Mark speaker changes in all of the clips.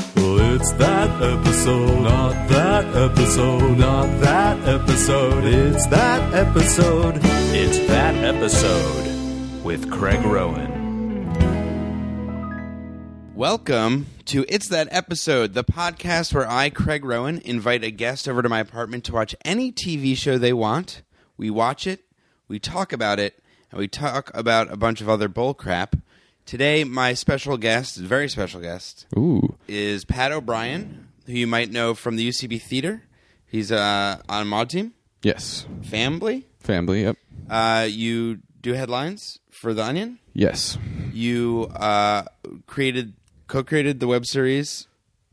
Speaker 1: It's that episode, not that episode, not that episode. It's that episode.
Speaker 2: It's that episode with Craig Rowan.
Speaker 3: Welcome to It's That Episode, the podcast where I, Craig Rowan, invite a guest over to my apartment to watch any TV show they want. We watch it, we talk about it, and we talk about a bunch of other bull crap. Today, my special guest, very special guest,
Speaker 4: Ooh.
Speaker 3: is Pat O'Brien, who you might know from the UCB Theater. He's uh, on Mod Team,
Speaker 4: Yes.
Speaker 3: Family.
Speaker 4: Family. Yep.
Speaker 3: Uh, you do headlines for The Onion.
Speaker 4: Yes.
Speaker 3: you uh, created co-created the web series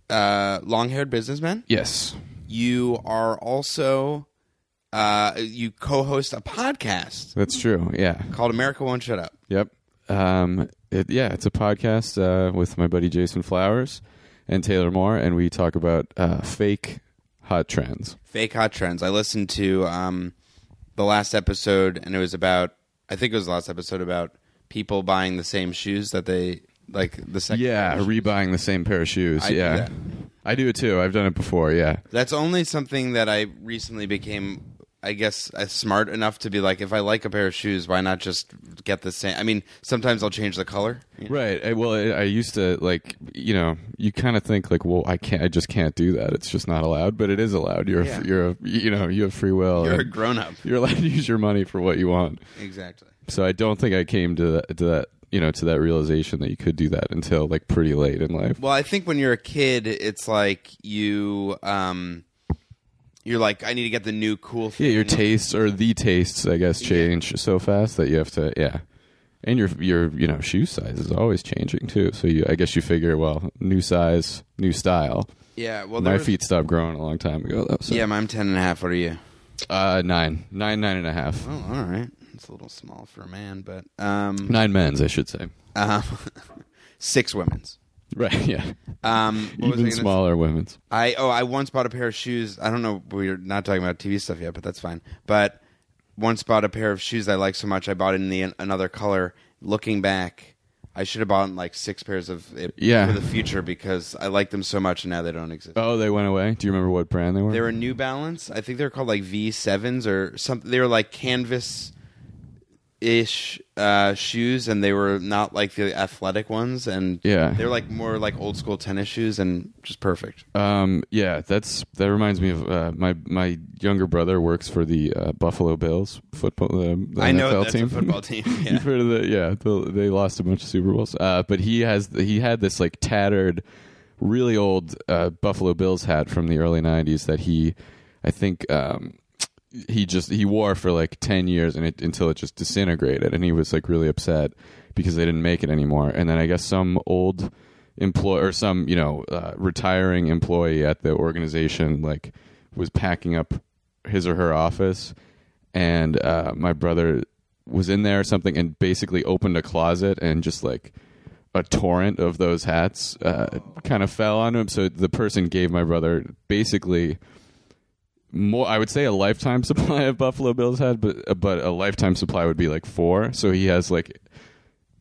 Speaker 3: uh, long-haired businessman
Speaker 4: Yes.
Speaker 3: you are also uh, you co-host a podcast
Speaker 4: That's true. Yeah.
Speaker 3: called america won't shut up
Speaker 4: Yep. Um. It, yeah. It's a podcast uh, with my buddy Jason Flowers and Taylor Moore, and we talk about uh, fake hot trends.
Speaker 3: fake hot trends i listened to um, the last episode and it was about i think it was the last episode about people buying the same shoes that they like the second
Speaker 4: Yeah. Rebuying the same pair of shoes.
Speaker 3: I do
Speaker 4: yeah.
Speaker 3: that.
Speaker 4: I do it too. I've done it before. Yeah.
Speaker 3: that's only something that i recently became i guess uh, smart enough to be like if i like a pair of shoes why not just get the same i mean sometimes i'll change the color
Speaker 4: Right. I, well, I, I used to like you know you kind of think like well I can't I just can't do that. It's just not allowed, but it is allowed. You're
Speaker 3: Yeah.
Speaker 4: a, you're a, you know you have free will.
Speaker 3: you're a
Speaker 4: and
Speaker 3: grown-up
Speaker 4: You're allowed to use your money for what you want.
Speaker 3: exactly
Speaker 4: So I don't think I came to that, to that you know to that realization that you could do that until like pretty late in life.
Speaker 3: well i think when you're a kid it's like you um you're like i need to get the new cool thing
Speaker 4: Yeah, your tastes or the tastes, I guess, change so fast that you have to yeah. And your your you know shoe size is always changing too. So you I guess you figure well new size, new style.
Speaker 3: yeah well
Speaker 4: My
Speaker 3: there was-
Speaker 4: feet stopped growing a long time ago though. So.
Speaker 3: yeah i'm 10 and a half what are you
Speaker 4: Uh, nine, nine, nine and a half.
Speaker 3: oh all right it's a little small for a man but um,
Speaker 4: Nine men's, I should say.
Speaker 3: um six women's
Speaker 4: Right? Yeah.
Speaker 3: um what was I
Speaker 4: Even
Speaker 3: gonna
Speaker 4: smaller women's.
Speaker 3: I oh I once bought a pair of shoes. I don't know we're not talking about TV stuff yet, but that's fine. But once bought a pair of shoes I like so much I bought in the another color. Looking back, I should have bought like six pairs of it
Speaker 4: Yeah.
Speaker 3: for the future because I like them so much and now they don't exist.
Speaker 4: Oh, they went away. Do you remember what brand they were?
Speaker 3: They were New Balance. I think they were called like V sevens or something. They were like canvas ish uh, shoes, and they were not like the athletic ones. And
Speaker 4: Yeah.
Speaker 3: they were like more like old school tennis shoes, and just perfect.
Speaker 4: Um, yeah, that's that reminds me of uh, my my younger brother works for the uh, Buffalo Bills football. The, the
Speaker 3: I know
Speaker 4: NFL
Speaker 3: that's a
Speaker 4: team.
Speaker 3: football team, yeah.
Speaker 4: You've heard of the- yeah, the- they lost a bunch of Super Bowls. Uh, but he has he had this like tattered, really old uh, Buffalo Bills hat from the early '90s that he, I think. Um, he just he wore for like 10 years and it, until it just disintegrated and he was like really upset because they didn't make it anymore and then i guess some old employee or some you know uh, retiring employee at the organization like was packing up his or her office and uh, my brother was in there or something and basically opened a closet and just like a torrent of those hats uh, kind of fell on him so the person gave my brother basically more I would say a lifetime supply of Buffalo Bills had, but uh, but a lifetime supply would be like four. So he has like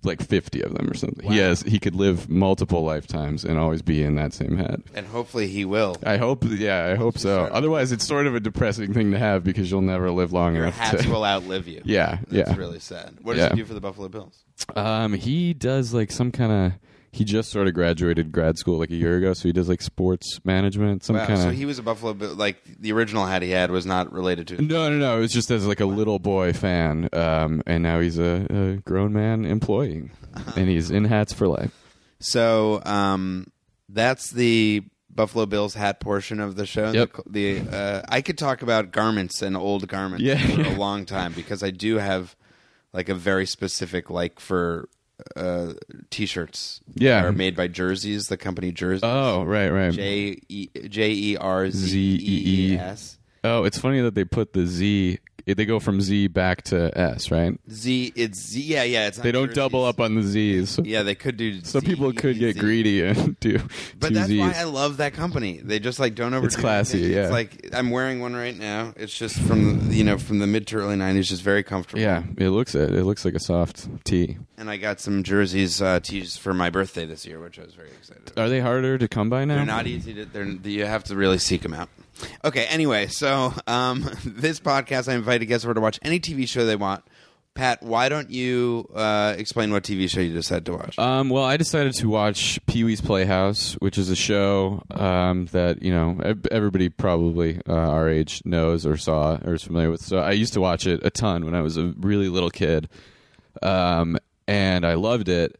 Speaker 4: like fifty of them or something. He has he could live multiple lifetimes and always be in that same hat.
Speaker 3: And hopefully he will.
Speaker 4: I hope yeah, I hope so. Otherwise it's sort of a depressing thing to have because you'll never live long
Speaker 3: Your
Speaker 4: enough
Speaker 3: hats
Speaker 4: to
Speaker 3: will outlive you.
Speaker 4: Yeah,
Speaker 3: That's
Speaker 4: yeah.
Speaker 3: really sad. What does
Speaker 4: Yeah.
Speaker 3: he do for the Buffalo Bills?
Speaker 4: Um, he does like some kind of. He just sort of graduated grad school like a year ago, so he does like sports management, some
Speaker 3: Wow.
Speaker 4: kind of.
Speaker 3: So he was a Buffalo Bill. Like the original hat he had was not related to.
Speaker 4: no, no, no. It was just as like a little boy fan, um, and now he's a, a grown man employee, and he's in hats for life.
Speaker 3: So um, that's the Buffalo Bills hat portion of the show.
Speaker 4: Yep.
Speaker 3: The, the, uh, I could talk about garments and old garments
Speaker 4: Yeah.
Speaker 3: for a long time because I do have like a very specific like for uh, t-shirts.
Speaker 4: Yeah.
Speaker 3: that are made by Jerseys, the company Jersey.
Speaker 4: Oh, right, right.
Speaker 3: J E J E R Z E E S.
Speaker 4: E oh, it's funny that they put the Z it- they go from Z back to S, right?
Speaker 3: Z, it's Z. Yeah, yeah. It's
Speaker 4: They don't double up on the Z's.
Speaker 3: Yeah, they could do.
Speaker 4: Some people could get
Speaker 3: greedy.
Speaker 4: greedy and do
Speaker 3: But
Speaker 4: two
Speaker 3: that's
Speaker 4: Z's.
Speaker 3: why I love that company. They just like don't overdo.
Speaker 4: It's classy,
Speaker 3: anything.
Speaker 4: yeah.
Speaker 3: It's like I'm wearing one right now. It's just from you know from the mid to early '90s, just very comfortable.
Speaker 4: yeah, it looks it. It looks like a soft T.
Speaker 3: And I got some jerseys, uh, tees for my birthday this year, which I was very excited. About.
Speaker 4: Are they harder to come by now?
Speaker 3: They're not easy to. They're, you have to really seek them out. Okay. Anyway, so um, this podcast, I invite a guest over to watch any TV show they want. Pat, why don't you uh, explain what TV show you decided to watch?
Speaker 4: Um, well, I decided to watch Pee Wee's Playhouse, which is a show um, that you know ev- everybody probably uh, our age knows or saw or is familiar with. So I used to watch it a ton when I was a really little kid, um, and I loved it.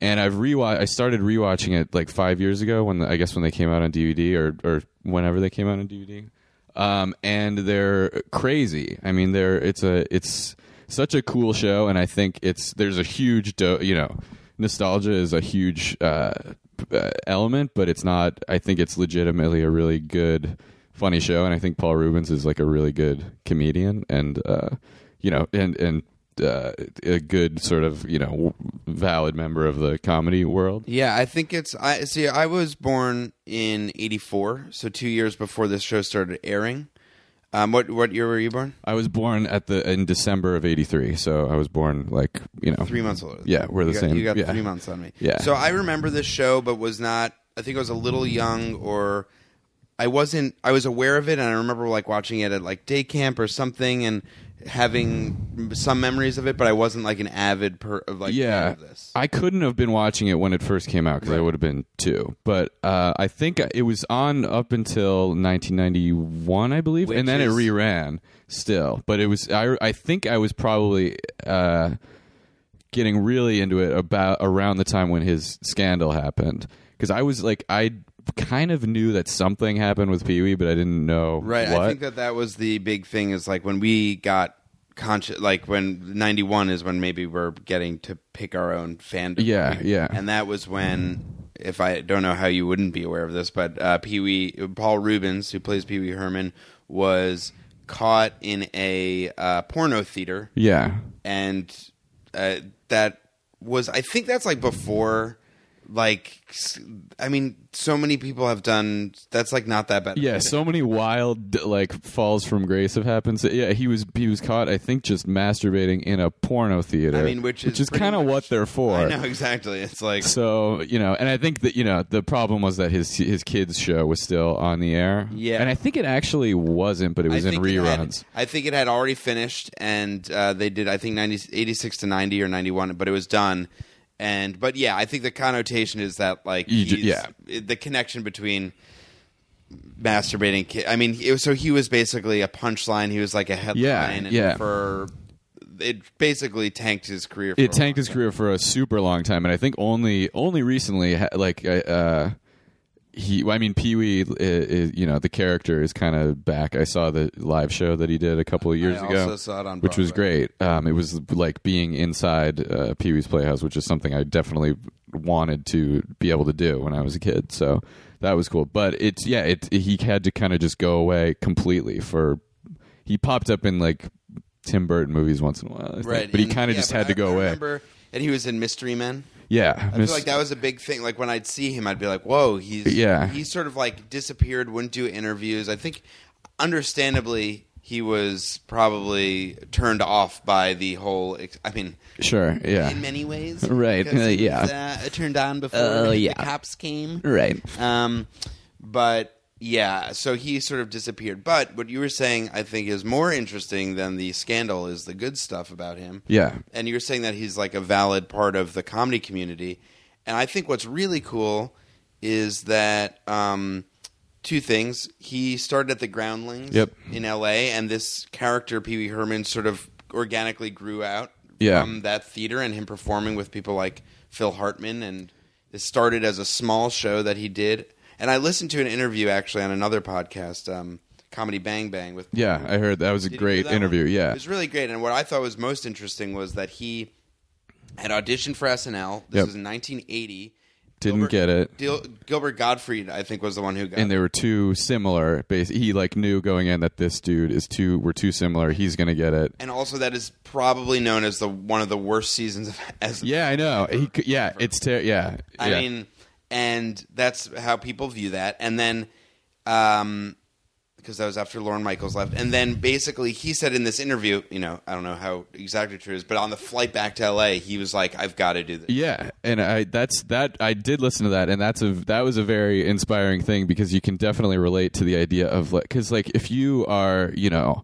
Speaker 4: And I've rewatch. I started rewatching it like five years ago when I guess when they came out on DVD or or whenever they came out on DVD. Um, and they're crazy. I mean, they're it's a it's such a cool show, and I think it's there's a huge do- you know nostalgia is a huge uh, p- uh, element, but it's not. I think it's legitimately a really good funny show, and I think Paul Rubens is like a really good comedian, and uh, you know, and and uh, a good sort of you know w- valid member of the comedy world.
Speaker 3: Yeah, I think it's I see I was born in 84, so 2 years before this show started airing. Um what what year were you born?
Speaker 4: I was born at the in December of '83, so I was born like you know
Speaker 3: 3 months older.
Speaker 4: Yeah, we're the
Speaker 3: you got,
Speaker 4: same.
Speaker 3: You got
Speaker 4: Yeah.
Speaker 3: 3 months on me.
Speaker 4: Yeah.
Speaker 3: So I remember this show but was not I think I was a little young or I wasn't I was aware of it and I remember like watching it at like day camp or something and having some memories of it but I wasn't like an avid per of like fan
Speaker 4: yeah,
Speaker 3: of this.
Speaker 4: I couldn't have been watching it when it first came out because I would have been two. But uh, I think it was on up until 1991, I believe,
Speaker 3: Which
Speaker 4: and then
Speaker 3: is-
Speaker 4: it reran still. But it was I I think I was probably. Uh, getting really into it about around the time when his scandal happened because I was like I kind of knew that something happened with Pee Wee, but I didn't know
Speaker 3: Right.
Speaker 4: What.
Speaker 3: I think that that was the big thing is like when we got conscious, like when 91 is when maybe we're getting to pick our own fandom.
Speaker 4: Yeah, yeah.
Speaker 3: And that was when, if I don't know how you wouldn't be aware of this, but uh, Pee Wee, Paul Rubens, who plays Pee Wee Herman, was caught in a uh, porno theater
Speaker 4: yeah,
Speaker 3: and uh, that was I think that's like before like s- I mean so many people have done that's like not that bad.
Speaker 4: yeah. So many wild like falls from grace have happened. So, yeah, he was he was caught. I think just masturbating in a porno theater.
Speaker 3: I mean, which is pretty
Speaker 4: kind of
Speaker 3: much-
Speaker 4: what they're for.
Speaker 3: I know exactly. It's like
Speaker 4: So you know, and I think that you know the problem was that his his kids show was still on the air.
Speaker 3: Yeah.
Speaker 4: and I think it actually wasn't, but it was
Speaker 3: I
Speaker 4: in
Speaker 3: think it had-
Speaker 4: reruns.
Speaker 3: I think it had already finished, and uh, they did I think 90, 86 to ninety or ninety one, but it was done. And but yeah, I think the connotation is that like
Speaker 4: You ju-
Speaker 3: he's, the connection between masturbating. Ki- I mean, it was, so he was basically a punchline. He was like a headline.
Speaker 4: Yeah,
Speaker 3: and
Speaker 4: yeah.
Speaker 3: For it basically tanked his career. For
Speaker 4: it
Speaker 3: a
Speaker 4: tanked
Speaker 3: while.
Speaker 4: his career for a super long time, and I think only only recently, ha- like I, uh, he. well, I mean, Pee Wee, i- i- you know, the character is kind of back. I saw the live show that he did a couple of years
Speaker 3: I
Speaker 4: ago,
Speaker 3: also saw it on
Speaker 4: which was
Speaker 3: Broadway.
Speaker 4: great. Um, it was like being inside uh, Pee Wee's Playhouse, which is something I definitely wanted to be able to do when I was a kid. So that was cool. But it's yeah, it he had to kind of just go away completely for. He popped up in like. Tim Burton movies once in a while, I think.
Speaker 3: Right,
Speaker 4: But he
Speaker 3: and-
Speaker 4: kind of
Speaker 3: yeah,
Speaker 4: just
Speaker 3: but
Speaker 4: had
Speaker 3: I-
Speaker 4: to go
Speaker 3: I
Speaker 4: away.
Speaker 3: Remember, and he was in Mystery Men.
Speaker 4: Yeah,
Speaker 3: I feel like that was a big thing. Like when I'd see him, I'd be like, "Whoa, he's
Speaker 4: Yeah.
Speaker 3: He sort of like disappeared, wouldn't do interviews. I think, understandably, he was probably turned off by the whole. ex- I mean,
Speaker 4: sure. Yeah,
Speaker 3: in many ways,
Speaker 4: Right,
Speaker 3: because he
Speaker 4: uh,
Speaker 3: was, uh, turned on before
Speaker 4: Uh, yeah.
Speaker 3: the cops came.
Speaker 4: right.
Speaker 3: Um, but yeah, so he sort of disappeared. But what you were saying, I think, is more interesting than the scandal is the good stuff about him.
Speaker 4: Yeah,
Speaker 3: And you were saying that he's like a valid part of the comedy community. And I think what's really cool is that um, two things. He started at the Groundlings
Speaker 4: Yep.
Speaker 3: in LA, and this character, Pee Wee Herman, sort of organically grew out
Speaker 4: Yeah.
Speaker 3: from that theater and him performing with people like Phil Hartman. And this started as a small show that he did. And I listened to an interview actually on another podcast, um, Comedy Bang Bang, with
Speaker 4: yeah. I heard that was a
Speaker 3: did you hear
Speaker 4: great
Speaker 3: that
Speaker 4: interview.
Speaker 3: one?
Speaker 4: Yeah,
Speaker 3: it was really great. And what I thought was most interesting was that he had auditioned for SNL. This
Speaker 4: Yep.
Speaker 3: was in 1980,
Speaker 4: didn't
Speaker 3: Gilbert-
Speaker 4: get it.
Speaker 3: Dil- Gilbert Gottfried, I think, was the one who got.
Speaker 4: And they were too similar. Bas- He like knew going in that this dude is too. We're too similar. He's gonna get it.
Speaker 3: and also that is probably known as the one of the worst seasons of as
Speaker 4: Yeah, I know. He c- yeah, it's ter- yeah.
Speaker 3: I
Speaker 4: yeah.
Speaker 3: mean, and that's how people view that. And then, um, because that was after Lauren Michaels left. And then basically he said in this interview, you know, I don't know how exactly true it is, but on the flight back to LA, he was like, I've got to do this.
Speaker 4: Yeah, and I that's that I did listen to that, and that's a that was a very inspiring thing because you can definitely relate to the idea of like because like if you are you know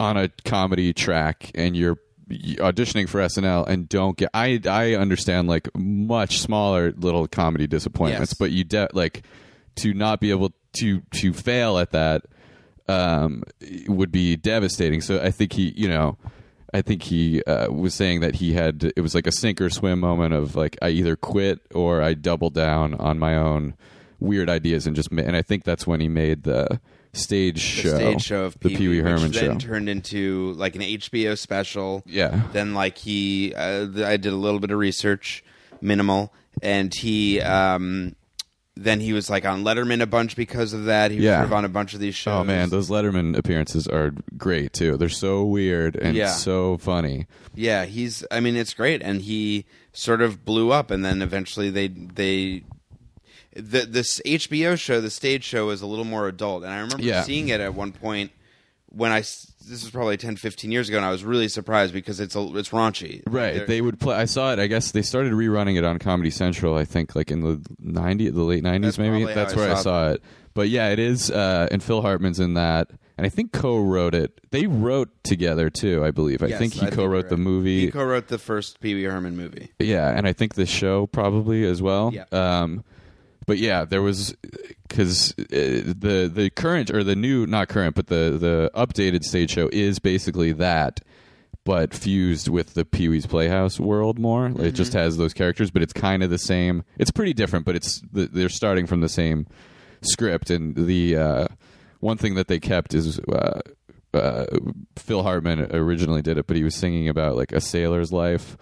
Speaker 4: on a comedy track and you're auditioning for SNL and don't get I I understand like much smaller little comedy disappointments,
Speaker 3: Yes.
Speaker 4: but you de- like to not be able to to fail at that um, would be devastating. So I think he, you know, I think he uh, was saying that he had it was like a sink or swim moment of like I either quit or I double down on my own weird ideas and just ma- and I think that's when he made the stage
Speaker 3: The
Speaker 4: show,
Speaker 3: stage show of
Speaker 4: the Pee Wee Herman
Speaker 3: which
Speaker 4: show.
Speaker 3: then turned into like an HBO special.
Speaker 4: Yeah.
Speaker 3: Then like he, uh, th- I did a little bit of research, minimal, and he, um, then he was like on Letterman a bunch because of that. He was
Speaker 4: Yeah.
Speaker 3: sort of on a bunch of these shows.
Speaker 4: Oh man, those Letterman appearances are great too. They're so weird and
Speaker 3: Yeah.
Speaker 4: so funny.
Speaker 3: Yeah, he's. I mean, it's great, and he sort of blew up, and then eventually they they the this HBO show, the stage show, is a little more adult, and I remember
Speaker 4: Yeah.
Speaker 3: seeing it at one point when I s- this was probably 10, 15 years ago, and I was really surprised because it's a, it's raunchy,
Speaker 4: Right.
Speaker 3: They're-
Speaker 4: They would play. I saw it. I guess they started rerunning it on Comedy Central. I think like in the ninety, the late nineties,
Speaker 3: That's
Speaker 4: maybe.
Speaker 3: probably how
Speaker 4: That's
Speaker 3: I
Speaker 4: where I
Speaker 3: saw
Speaker 4: saw it. But yeah, it is. Uh, and Phil Hartman's in that, and I think co-wrote it. They wrote together too, I believe. I
Speaker 3: Yes,
Speaker 4: think he
Speaker 3: I think
Speaker 4: co-wrote
Speaker 3: you're
Speaker 4: the
Speaker 3: right.
Speaker 4: movie.
Speaker 3: he co-wrote the first Pee Wee Herman movie.
Speaker 4: Yeah, and I think the show probably as well.
Speaker 3: Yeah.
Speaker 4: Um, but yeah, there was because uh, the the current or the new not current but the the updated stage show is basically that, but fused with the Pee Wee's Playhouse world more. It just has those characters, but it's kind of the same. It's pretty different, but it's th- they're starting from the same script. And the uh, one thing that they kept is. Uh, uh, Phil Hartman originally did it, but he was singing about like a sailor's life,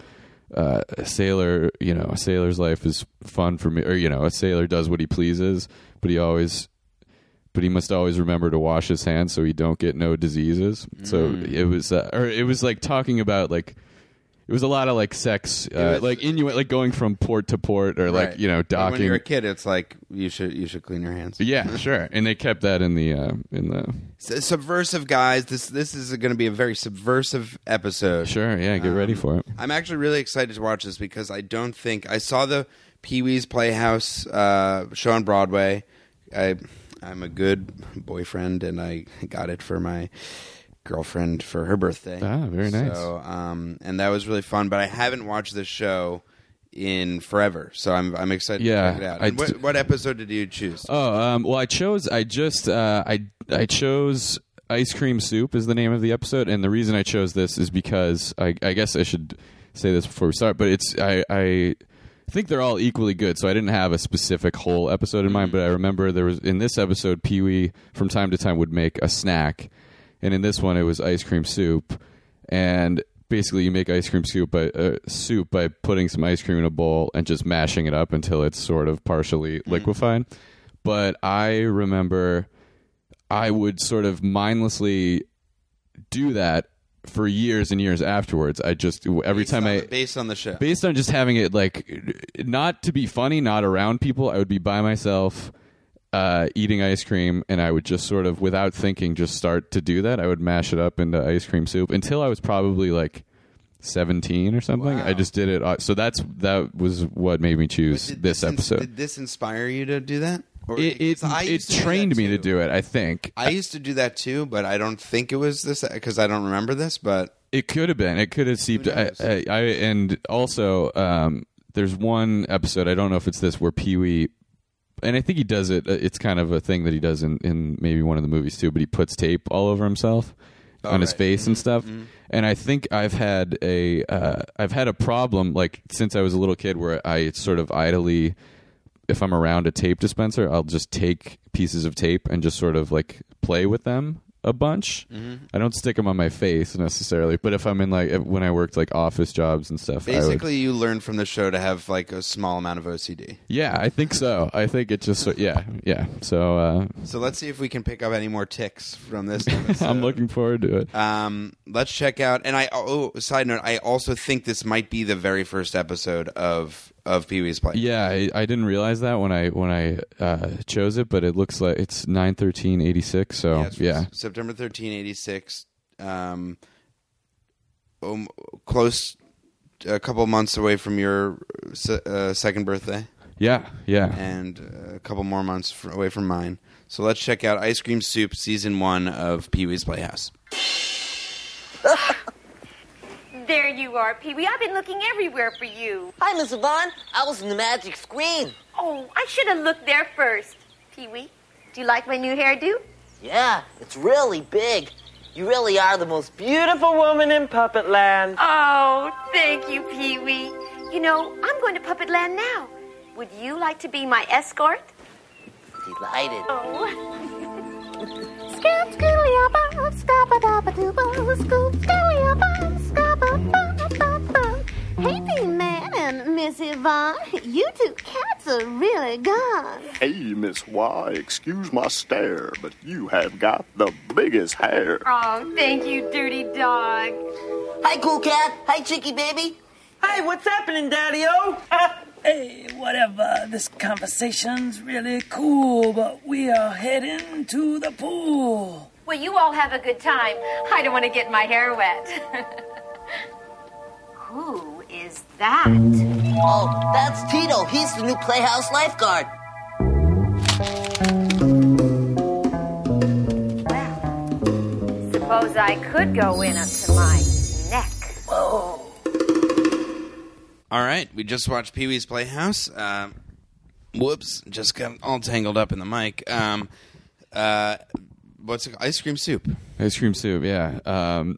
Speaker 4: uh, a sailor, you know, a sailor's life is fun for me, or you know, a sailor does what he pleases, but he always, but he must always remember to wash his hands so he don't get no diseases. So
Speaker 3: Mm.
Speaker 4: it was, uh, or it was like talking about like, it was a lot of like sex, uh,
Speaker 3: was-
Speaker 4: like inuit, like going from port to port, or like
Speaker 3: Right.
Speaker 4: you know,
Speaker 3: Like, when
Speaker 4: docking.
Speaker 3: you're a kid, it's like you should you should clean your hands.
Speaker 4: yeah, sure. And they kept that in the uh, in the
Speaker 3: S- subversive guys, this this is going to be a very subversive episode.
Speaker 4: sure. Yeah, get
Speaker 3: Um,
Speaker 4: ready for it.
Speaker 3: I'm actually really excited to watch this because I don't think I saw the Pee Wee's Playhouse uh, show on Broadway. I I'm a good boyfriend, and I got it for my girlfriend for her birthday.
Speaker 4: Ah, very nice.
Speaker 3: So, um, and that was really fun. But I haven't watched this show in forever, so I'm I'm excited
Speaker 4: Yeah,
Speaker 3: to check it out.
Speaker 4: I
Speaker 3: And
Speaker 4: d-
Speaker 3: what, what episode did you choose?
Speaker 4: Oh, um, well, I chose. I just uh, I I chose ice cream soup is the name of the episode, and the reason I chose this is because I, I guess I should say this before we start, but it's I I think they're all equally good, so I didn't have a specific whole episode in mind, but I remember there was in this episode Pee Wee from time to time would make a snack, and in this one it was ice cream soup, and basically you make ice cream soup by uh, soup by putting some ice cream in a bowl and just mashing it up until it's sort of partially liquefied but I remember I would sort of mindlessly do that for years and years afterwards. I just every
Speaker 3: Based
Speaker 4: time
Speaker 3: on
Speaker 4: I
Speaker 3: the- based on the show.
Speaker 4: based on just having it like not to be funny, not around people, I would be by myself uh, eating ice cream and I would just sort of without thinking just start to do that. I would mash it up into ice cream soup until I was probably like 17 or something.
Speaker 3: Wow.
Speaker 4: I just did it uh, so that's that was what made me choose
Speaker 3: Did
Speaker 4: this
Speaker 3: ins-
Speaker 4: episode
Speaker 3: Did this inspire you to do that? Or,
Speaker 4: it it,
Speaker 3: 'cause I
Speaker 4: it
Speaker 3: used to do that
Speaker 4: trained me to
Speaker 3: too.
Speaker 4: do it. I think
Speaker 3: I used to do that too, but I don't think it was this because I don't remember this. But
Speaker 4: it could have been. It could have seeped. I,
Speaker 3: knows?
Speaker 4: I, I and also um, there's one episode. I don't know if it's this where Pee Wee, and I think he does it. uh, It's kind of a thing that he does in, in maybe one of the movies too. But he puts tape all over himself. on his
Speaker 3: right.
Speaker 4: face and stuff, and I think I've had a uh, I've had a problem like since I was a little kid where I sort of idly if I'm around a tape dispenser, I'll just take pieces of tape and just sort of like play with them a bunch.
Speaker 3: Mm-hmm.
Speaker 4: I don't stick them on my face necessarily, but if I'm in like if- when I worked like office jobs and stuff, I would,
Speaker 3: Basically, you learn from the show to have like a small amount of OCD.
Speaker 4: yeah, I think so. I think it just yeah, yeah. So uh,
Speaker 3: So let's see if we can pick up any more ticks from this. episode.
Speaker 4: I'm looking forward to it.
Speaker 3: Um, let's check out. And I oh, side note, I also think this might be the very first episode of of Pee Wee's Play.
Speaker 4: Yeah, I, I didn't realize that when I when I uh, chose it, but it looks like it's nine thirteen eighty six. So
Speaker 3: Yeah, it's from
Speaker 4: Oh, yeah,
Speaker 3: S- September 13, 86. Um, um, close, a couple months away from your se- uh, second birthday,
Speaker 4: yeah, yeah.
Speaker 3: and uh, a couple more months fr- away from mine. So let's check out Ice Cream Soup season one of Pee Wee's Playhouse.
Speaker 5: There you are, Pee Wee. I've been looking everywhere for you.
Speaker 6: Hi, Miss Yvonne. I was in the magic screen.
Speaker 5: Oh, I should have looked there first. Pee Wee, do you like my new hairdo?
Speaker 6: Yeah, it's really big. You really are the most beautiful woman in Puppet Land.
Speaker 5: Oh, thank you, Pee Wee. You know, I'm going to Puppet Land now. Would you like to be my escort?
Speaker 6: Delighted.
Speaker 5: Oh.
Speaker 7: Hey, Bee Man and Miss Yvonne, you two cats are really gone.
Speaker 8: Hey, Miss Y, excuse my stare, but you have got the biggest hair.
Speaker 5: Oh, thank you, dirty dog.
Speaker 6: Hi, cool cat. Hi, cheeky baby.
Speaker 9: Hey, what's happening, Daddy O? hey, whatever. This conversation's really cool, but we are heading to the pool.
Speaker 5: Well, you all have a good time. I don't want to get my hair wet. Who is that?
Speaker 6: Oh, that's Tito. He's the new Playhouse lifeguard.
Speaker 5: Suppose I could go in up to my neck.
Speaker 3: All right, we just watched Pee Wee's Playhouse. Um, whoops, just got all tangled up in the mic. Um, uh, what's it, ice cream soup?
Speaker 4: Ice cream soup. Yeah. Um,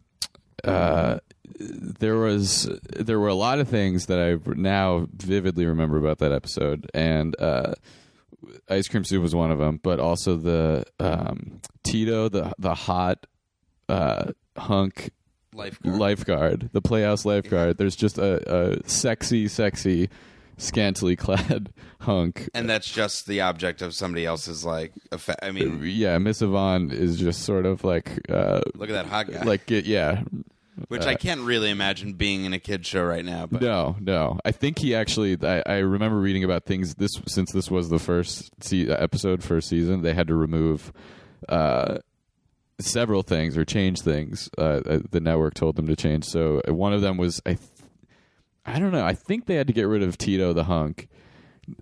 Speaker 4: uh, there was there were a lot of things that I now vividly remember about that episode, and uh, ice cream soup was one of them. But also the um, Tito, the the hot uh, hunk
Speaker 3: Lifeguard.
Speaker 4: lifeguard, the playhouse lifeguard. There's just a, a sexy, sexy, scantily clad hunk.
Speaker 3: and that's just the object of somebody else's like. Affa- I mean,
Speaker 4: Yeah, Miss Yvonne is just sort of like, uh,
Speaker 3: look at that hot guy.
Speaker 4: like it- yeah.
Speaker 3: which I can't really imagine being in a kid show right now. But
Speaker 4: No, no. I think he actually. I, I remember reading about things. This since this was the first se- episode, first season, they had to remove uh, several things or change things. Uh, uh, the network told them to change. So uh, one of them was I. Th- I don't know. I think they had to get rid of Tito the hunk,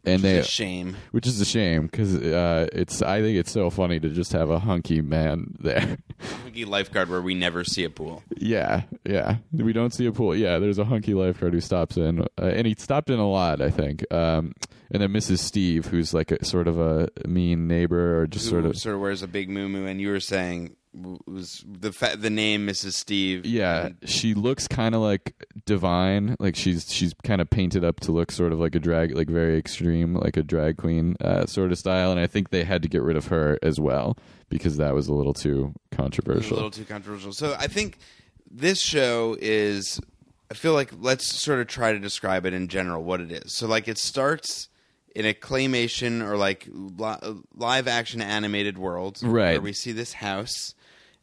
Speaker 4: and
Speaker 3: It's
Speaker 4: they
Speaker 3: a shame.
Speaker 4: which is a shame because uh, it's. I think it's so funny to just have a hunky man there.
Speaker 3: Hunky lifeguard where we never see a pool.
Speaker 4: Yeah, yeah. We don't see a pool. Yeah, there's a hunky lifeguard who stops in, uh, and he stopped in a lot, I think. Um, and then Mrs. Steve, who's like a sort of a mean neighbor, or just
Speaker 3: Who
Speaker 4: sort of
Speaker 3: sort of wears a big moo and you were saying w- was the fa- the name Mrs. Steve.
Speaker 4: yeah. She looks kind of like divine, like she's she's kind of painted up to look sort of like a drag, like very extreme, like a drag queen uh, sort of style. And I think they had to get rid of her as well because that was a little too
Speaker 3: a
Speaker 4: controversial.
Speaker 3: little too controversial. So I think this show is. I feel like let's sort of try to describe it in general what it is. So like it starts in a claymation or like li- live action animated world,
Speaker 4: Right.
Speaker 3: Where we see this house.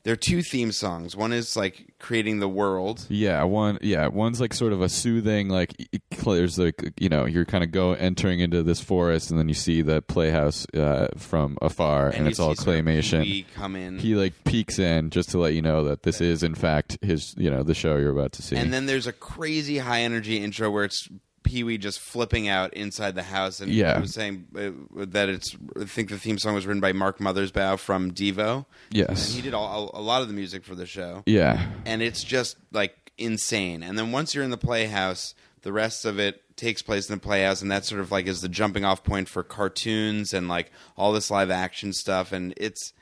Speaker 3: There are two theme songs. One is like creating the world.
Speaker 4: Yeah, one. Yeah, one's like sort of a soothing, like e- e- there's like you know you're kind of go entering into this forest, and then you see the playhouse uh, from afar, and,
Speaker 3: you
Speaker 4: it's all
Speaker 3: see sort of
Speaker 4: claymation.
Speaker 3: Pee-wee come in.
Speaker 4: he like peeks in just to let you know that this is in fact his, you know, the show you're about to see.
Speaker 3: And then there's a crazy high energy intro where it's Pee Wee just flipping out inside the house, and
Speaker 4: Yeah.
Speaker 3: I was saying uh, that it's. I think the theme song was written by Mark Mothersbaugh from Devo.
Speaker 4: Yes.
Speaker 3: and he did all, a lot of the music for the show,
Speaker 4: yeah,
Speaker 3: and it's just like insane. And then once you're in the Playhouse, the rest of it takes place in the Playhouse, and that sort of like is the jumping off point for cartoons and like all this live action stuff, and it's.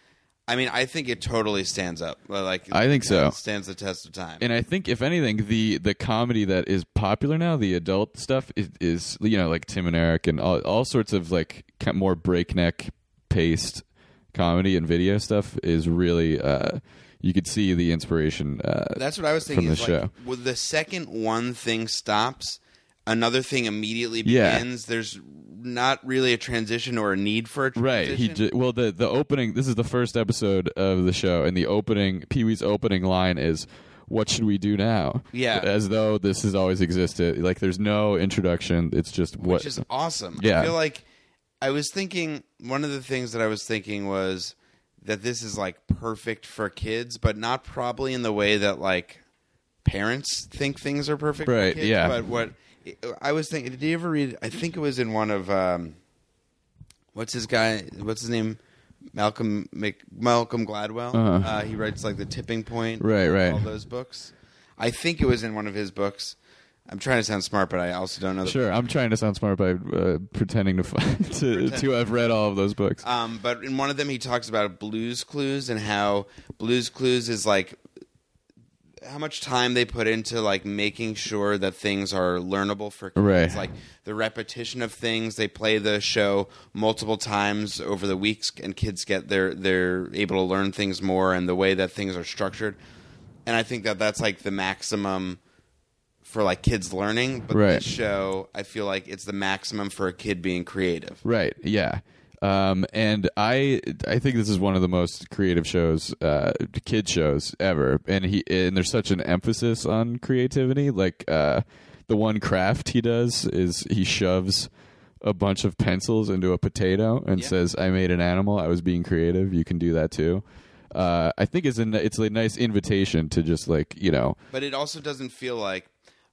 Speaker 3: I mean, I think it totally stands up. Like,
Speaker 4: I think so.
Speaker 3: Stands the test of time.
Speaker 4: and I think if anything, the the comedy that is popular now, the adult stuff is, is you know like Tim and Eric and all, all sorts of like ki- more breakneck paced comedy and video stuff is really uh, you could see the inspiration. Uh,
Speaker 3: That's what I was thinking.
Speaker 4: From the
Speaker 3: is, Like,
Speaker 4: show.
Speaker 3: well, the second one thing stops, another thing immediately
Speaker 4: Yeah.
Speaker 3: begins. There's not really a transition or a need for a
Speaker 4: Right.
Speaker 3: transition.
Speaker 4: He ju- well the the opening. This is the first episode of the show, and the opening Pee Wee's opening line is, "What should we do now?"
Speaker 3: Yeah.
Speaker 4: As though this has always existed. Like there's no introduction. It's just what.
Speaker 3: which is awesome. I
Speaker 4: Yeah.
Speaker 3: feel like I was thinking one of the things that I was thinking was that this is like perfect for kids, but not probably in the way that like parents think things are perfect
Speaker 4: Right,
Speaker 3: for kids.
Speaker 4: yeah.
Speaker 3: But what I was thinking, did you ever read? I think it was in one of um, what's his guy? What's his name? Malcolm Mc, Malcolm Gladwell. uh he writes like the Tipping Point.
Speaker 4: Uh-huh. Right, right.
Speaker 3: All those books. I think it was in one of his books. I'm trying to sound smart, but I also don't know the
Speaker 4: Sure, I'm trying to sound smart by uh, pretending to find, to to have read all of those books.
Speaker 3: Um, but in one of them, he talks about Blues Clues and how Blues Clues is like how much time they put into like making sure that things are learnable for kids.
Speaker 4: Right.
Speaker 3: Like the repetition of things, they play the show multiple times over the weeks, and kids get their they're able to learn things more, and the way that things are structured. And I think that that's like the maximum for like kids learning. But
Speaker 4: Right.
Speaker 3: this show, I feel like it's the maximum for a kid being creative.
Speaker 4: Right. Yeah. Um, and I I think this is one of the most creative shows, uh, kid shows ever. And he and there's such an emphasis on creativity. Like uh, the one craft he does is he shoves a bunch of pencils into a potato and says, "I made an animal. I was being creative. You can do that too." Uh, I think it's a n- it's a nice invitation to just like you know
Speaker 3: but it also doesn't feel like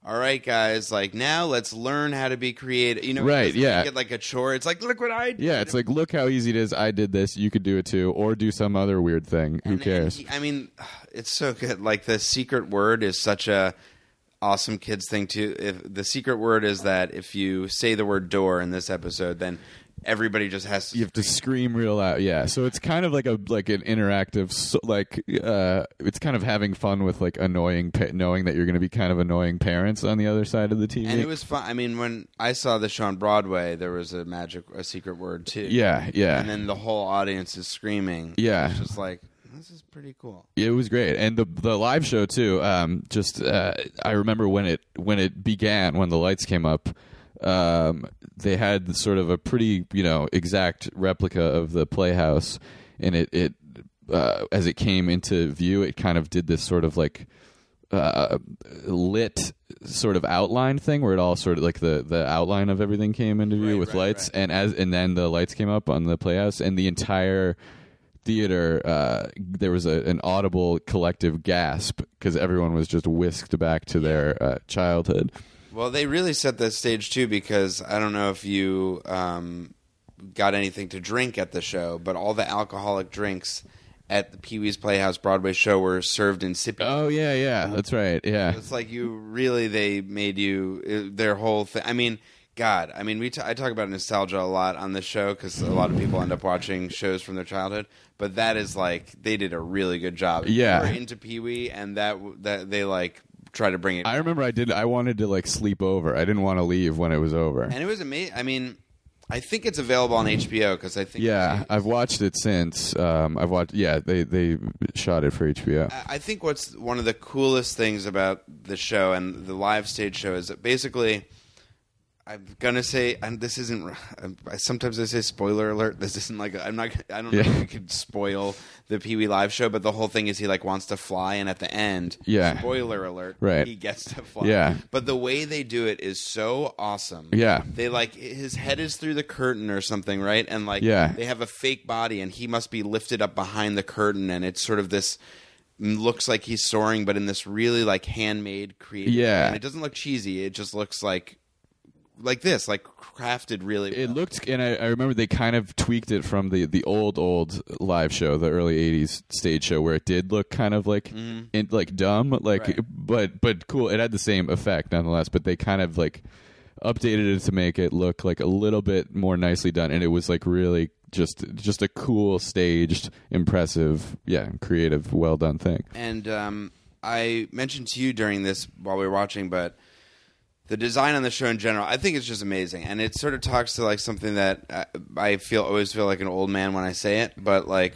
Speaker 3: all right guys like now let's learn how to be creative you know it
Speaker 4: Right,
Speaker 3: doesn't
Speaker 4: yeah.
Speaker 3: get like a chore it's like look what i did
Speaker 4: yeah it's like look how easy it is I did this you could do it too or do some other weird thing
Speaker 3: And-
Speaker 4: who
Speaker 3: and
Speaker 4: cares
Speaker 3: he- i mean it's so good like the secret word is such a awesome kids thing too if the secret word is that if you say the word door in this episode then everybody just has to
Speaker 4: you have to scream real loud yeah so it's kind of like a like an interactive so, like uh it's kind of having fun with like annoying pa- knowing that you're going to be kind of annoying parents on the other side of the tv
Speaker 3: and it was fun i mean when i saw the show on broadway there was a magic a secret word too
Speaker 4: yeah yeah
Speaker 3: and then the whole audience is screaming
Speaker 4: Yeah.
Speaker 3: it's just like this is pretty cool
Speaker 4: it was great and the the live show too um just uh i remember when it when it began when the lights came up um they had sort of a pretty you know exact replica of the playhouse and it it uh, as it came into view it kind of did this sort of like uh, lit sort of outline thing where it all sort of like the the outline of everything came into view with lights and as and then the lights came up on the playhouse and the entire theater uh, there was a, an audible collective gasp because everyone was just whisked back to their uh, childhood
Speaker 3: Well, they really set the stage too because I don't know if you um, got anything to drink at the show, but all the alcoholic drinks at the Pee Wee's Playhouse Broadway show were served in sippy.
Speaker 4: oh yeah yeah that's right yeah
Speaker 3: It's like you really they made you uh, their whole thing. I mean, God, I mean, we t- I talk about nostalgia a lot on this show because a lot of people end up watching shows from their childhood, but that is like they did a really good job.
Speaker 4: Yeah.
Speaker 3: They were into Pee Wee, and that w- that they like try to bring it.
Speaker 4: i remember i did i wanted to like sleep over i didn't want to leave when it was over
Speaker 3: And it was amazing. I mean, I think it's available on HBO because I think
Speaker 4: yeah uh, i've watched it since um, i've watched yeah they they shot it for hbo
Speaker 3: I I think what's one of the coolest things about the show and the live stage show is that basically, I'm gonna say, and this isn't. I, sometimes I say spoiler alert. This isn't like I'm not. I don't know
Speaker 4: Yeah.
Speaker 3: if you could spoil the Pee Wee live show, but the whole thing is he like wants to fly, and at the end,
Speaker 4: Yeah.
Speaker 3: spoiler alert,
Speaker 4: Right.
Speaker 3: He gets to fly,
Speaker 4: Yeah.
Speaker 3: But the way they do it is so awesome,
Speaker 4: Yeah.
Speaker 3: They like his head is through the curtain or something, right? And like,
Speaker 4: Yeah.
Speaker 3: they have a fake body and he must be lifted up behind the curtain and it's sort of this looks like he's soaring but in this really like handmade creative
Speaker 4: Yeah.
Speaker 3: way. and it doesn't look cheesy it just looks like like this like crafted really
Speaker 4: it
Speaker 3: well.
Speaker 4: looked and I, I remember they kind of tweaked it from the the old old live show the early 80s stage show where it did look kind of like in, like dumb like
Speaker 3: Right.
Speaker 4: but but cool it had the same effect nonetheless but they kind of like updated it to make it look like a little bit more nicely done and it was like really just just a cool staged impressive yeah creative well done thing
Speaker 3: and um, i mentioned to you during this while we were watching but the design on the show in general, I think it's just amazing, and it sort of talks to like something that I, I feel always feel like an old man when I say it, but like,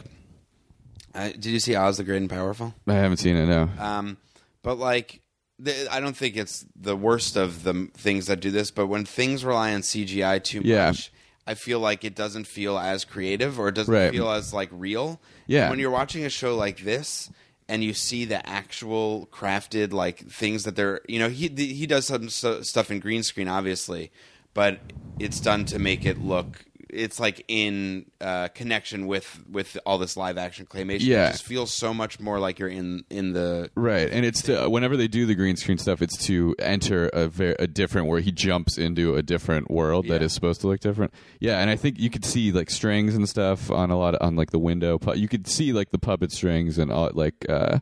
Speaker 3: I, did you see Oz the Great and Powerful?
Speaker 4: I haven't seen it. No.
Speaker 3: Um, but like, th- I don't think it's the worst of the m- things that do this. But when things rely on CGI too
Speaker 4: Yeah.
Speaker 3: much, I feel like it doesn't feel as creative or it doesn't
Speaker 4: Right.
Speaker 3: feel as like real.
Speaker 4: Yeah.
Speaker 3: When you're watching a show like this and you see the actual crafted like things that they're, you know, he the, he does some so, stuff in green screen, obviously, but it's done to make it look. It's like in uh, connection with with all this live action claymation.
Speaker 4: Yeah.
Speaker 3: It just feels so much more like you're in in the
Speaker 4: Right, and it's to, whenever they do the green screen stuff, it's to enter a ver- a different where he jumps into a different world that
Speaker 3: Yeah.
Speaker 4: is supposed to look different. Yeah, and I think you could see like strings and stuff on a lot of, on like the window. Pu- you could see like the puppet strings and all like. Uh,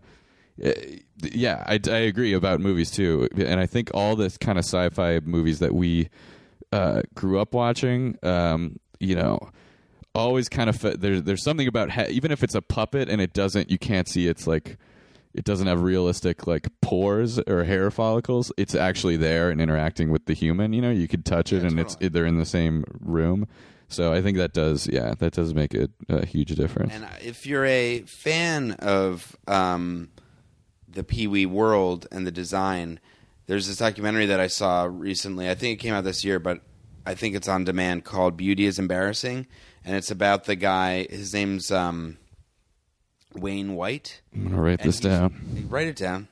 Speaker 4: eh, yeah, I, I agree about movies too, and I think all this kind of sci-fi movies that we uh, grew up watching, um, you know, always kind of fe- there, there's something about ha- even if it's a puppet and it doesn't, you can't see it's like it doesn't have realistic like pores or hair follicles. It's actually there and interacting with the human. You know, you could touch it and it's
Speaker 3: totally.
Speaker 4: they're in the same room. So I think that does, yeah, that does make a, a huge difference.
Speaker 3: And if you're a fan of um, the Pee Wee world and the design, there's this documentary that I saw recently. I think it came out this year, but I think it's on demand called "Beauty Is Embarrassing," and it's about the guy. His name's um, Wayne White.
Speaker 4: I'm gonna write
Speaker 3: And
Speaker 4: this
Speaker 3: he's-
Speaker 4: down.
Speaker 3: Write it down,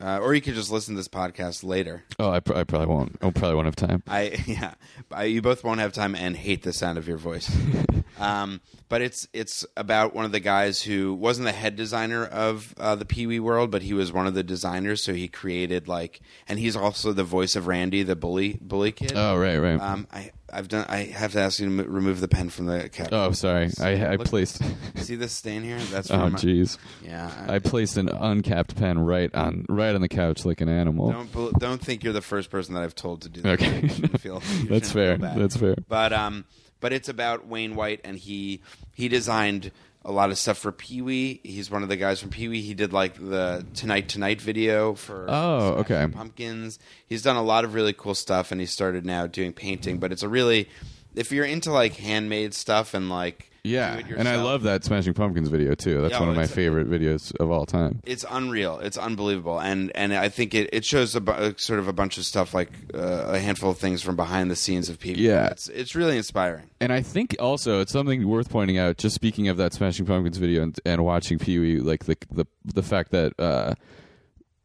Speaker 3: uh, or you could just listen to this podcast later.
Speaker 4: Oh, I, pr- I probably won't. I probably won't have time.
Speaker 3: I yeah, I, you both won't have time and hate the sound of your voice. um, but it's it's about one of the guys who wasn't the head designer of uh, the Pee Wee World, but he was one of the designers. So he created like, and he's also the voice of Randy, the bully bully kid.
Speaker 4: Oh, right, right.
Speaker 3: Um, I I've done. I have to ask you to m- remove the pen from the cap.
Speaker 4: oh, sorry. I, I
Speaker 3: Look-
Speaker 4: placed.
Speaker 3: See this stain here? That's
Speaker 4: oh,
Speaker 3: from.
Speaker 4: jeez.
Speaker 3: yeah.
Speaker 4: I placed an uncapped pen right on right on the couch like an animal.
Speaker 3: Don't bel- don't think you're the first person that I've told to do that.
Speaker 4: Okay.
Speaker 3: You shouldn't feel- you shouldn't
Speaker 4: That's fair.
Speaker 3: feel bad.
Speaker 4: That's fair.
Speaker 3: But um, but it's about Wayne White, and he he designed a lot of stuff for Pee Wee. He's one of the guys from Pee Wee. He did like the Tonight Tonight video for
Speaker 4: Oh,
Speaker 3: Smashing
Speaker 4: okay.
Speaker 3: Pumpkins. He's done a lot of really cool stuff, and he started now doing painting. But it's a really if you're into like handmade stuff and like
Speaker 4: Yeah,
Speaker 3: do it
Speaker 4: and I
Speaker 3: yourself,
Speaker 4: love that Smashing Pumpkins video too. That's
Speaker 3: Yeah,
Speaker 4: one of
Speaker 3: oh,
Speaker 4: my
Speaker 3: it's-
Speaker 4: favorite videos of all time.
Speaker 3: it's unreal. It's unbelievable, and and I think it, it shows a bu- uh, sort of a bunch of stuff like uh, a handful of things from behind the scenes of people.
Speaker 4: Yeah.
Speaker 3: it's it's really inspiring.
Speaker 4: And I think also it's something worth pointing out. Just speaking of that Smashing Pumpkins video and, and watching Pee Wee, like the the the fact that uh,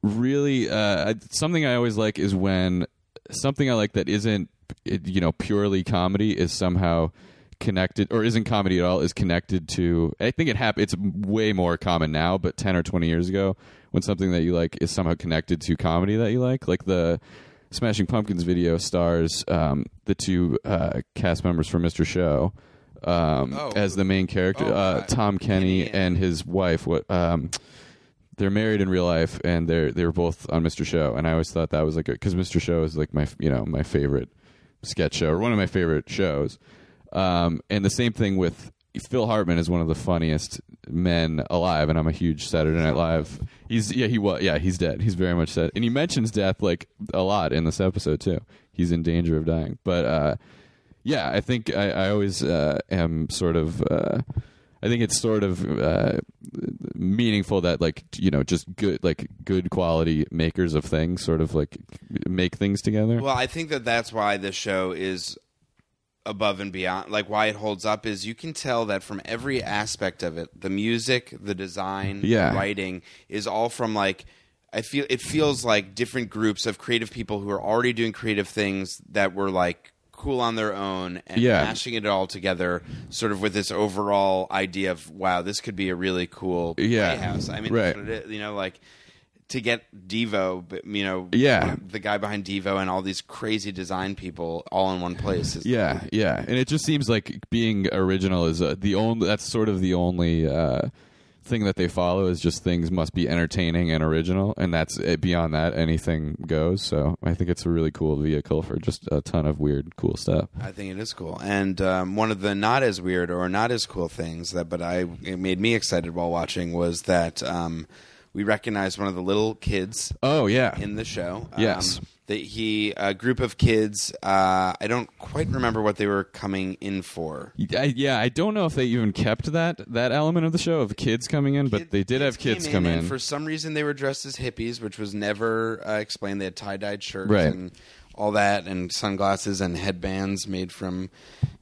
Speaker 4: really uh, I- something I always like is when something I like that isn't it, you know purely comedy is somehow connected or isn't comedy at all is connected to. I think it hap- It's way more common now, but ten or twenty years ago, when something that you like is somehow connected to comedy that you like, like the Smashing Pumpkins video stars um, the two uh, cast members from Mr. Show um,
Speaker 3: Oh.
Speaker 4: as the main character,
Speaker 3: Oh,
Speaker 4: uh,
Speaker 3: uh,
Speaker 4: Tom Kenny
Speaker 3: Kenny and-
Speaker 4: and his wife. What um, they're married in real life, and they're they were both on Mr. Show, and I always thought that was like because Mr. Show is like my you know my favorite sketch show or one of my favorite shows, um, and the same thing with. Phil Hartman is one of the funniest men alive, and I'm a huge Saturday Night Live. He's yeah, he was yeah, he's dead. He's very much dead, and he mentions death like a lot in this episode too. He's in danger of dying, but uh, yeah, I think I, I always uh, am sort of. Uh, I think it's sort of uh, meaningful that, like, you know, just good, like, good quality makers of things, sort of like make things together.
Speaker 3: Well, I think that that's why this show is above and beyond. Like why it holds up is you can tell that from every aspect of it, the music, the design,
Speaker 4: Yeah.
Speaker 3: the writing is all from like I feel it feels like different groups of creative people who are already doing creative things that were like cool on their own and
Speaker 4: Yeah.
Speaker 3: mashing it all together sort of with this overall idea of wow this could be a really cool
Speaker 4: Yeah.
Speaker 3: playhouse i mean
Speaker 4: Right.
Speaker 3: that's what it is, you know like to get Devo, but, you know,
Speaker 4: Yeah.
Speaker 3: the guy behind Devo and all these crazy design people all in one place. Is
Speaker 4: yeah, yeah, and it just seems like being original is uh, the only. That's sort of the only uh, thing that they follow is just things must be entertaining and original, and that's it. Beyond that, anything goes. So I think it's a really cool vehicle for just a ton of weird, cool stuff.
Speaker 3: I think it is cool. And um, one of the not as weird or not as cool things that, but I it made me excited while watching was that um, we recognized one of the little kids
Speaker 4: Oh yeah.
Speaker 3: in the show. Um,
Speaker 4: Yes.
Speaker 3: that he a group of kids. Uh, I don't quite remember what they were coming in for.
Speaker 4: I, yeah, I don't know if they even kept that that element of the show of kids coming in, but they did have kids
Speaker 3: came
Speaker 4: come in.
Speaker 3: and for some reason, they were dressed as hippies, which was never uh, explained. They had tie dyed shirts
Speaker 4: Right.
Speaker 3: and all that, and sunglasses and headbands made from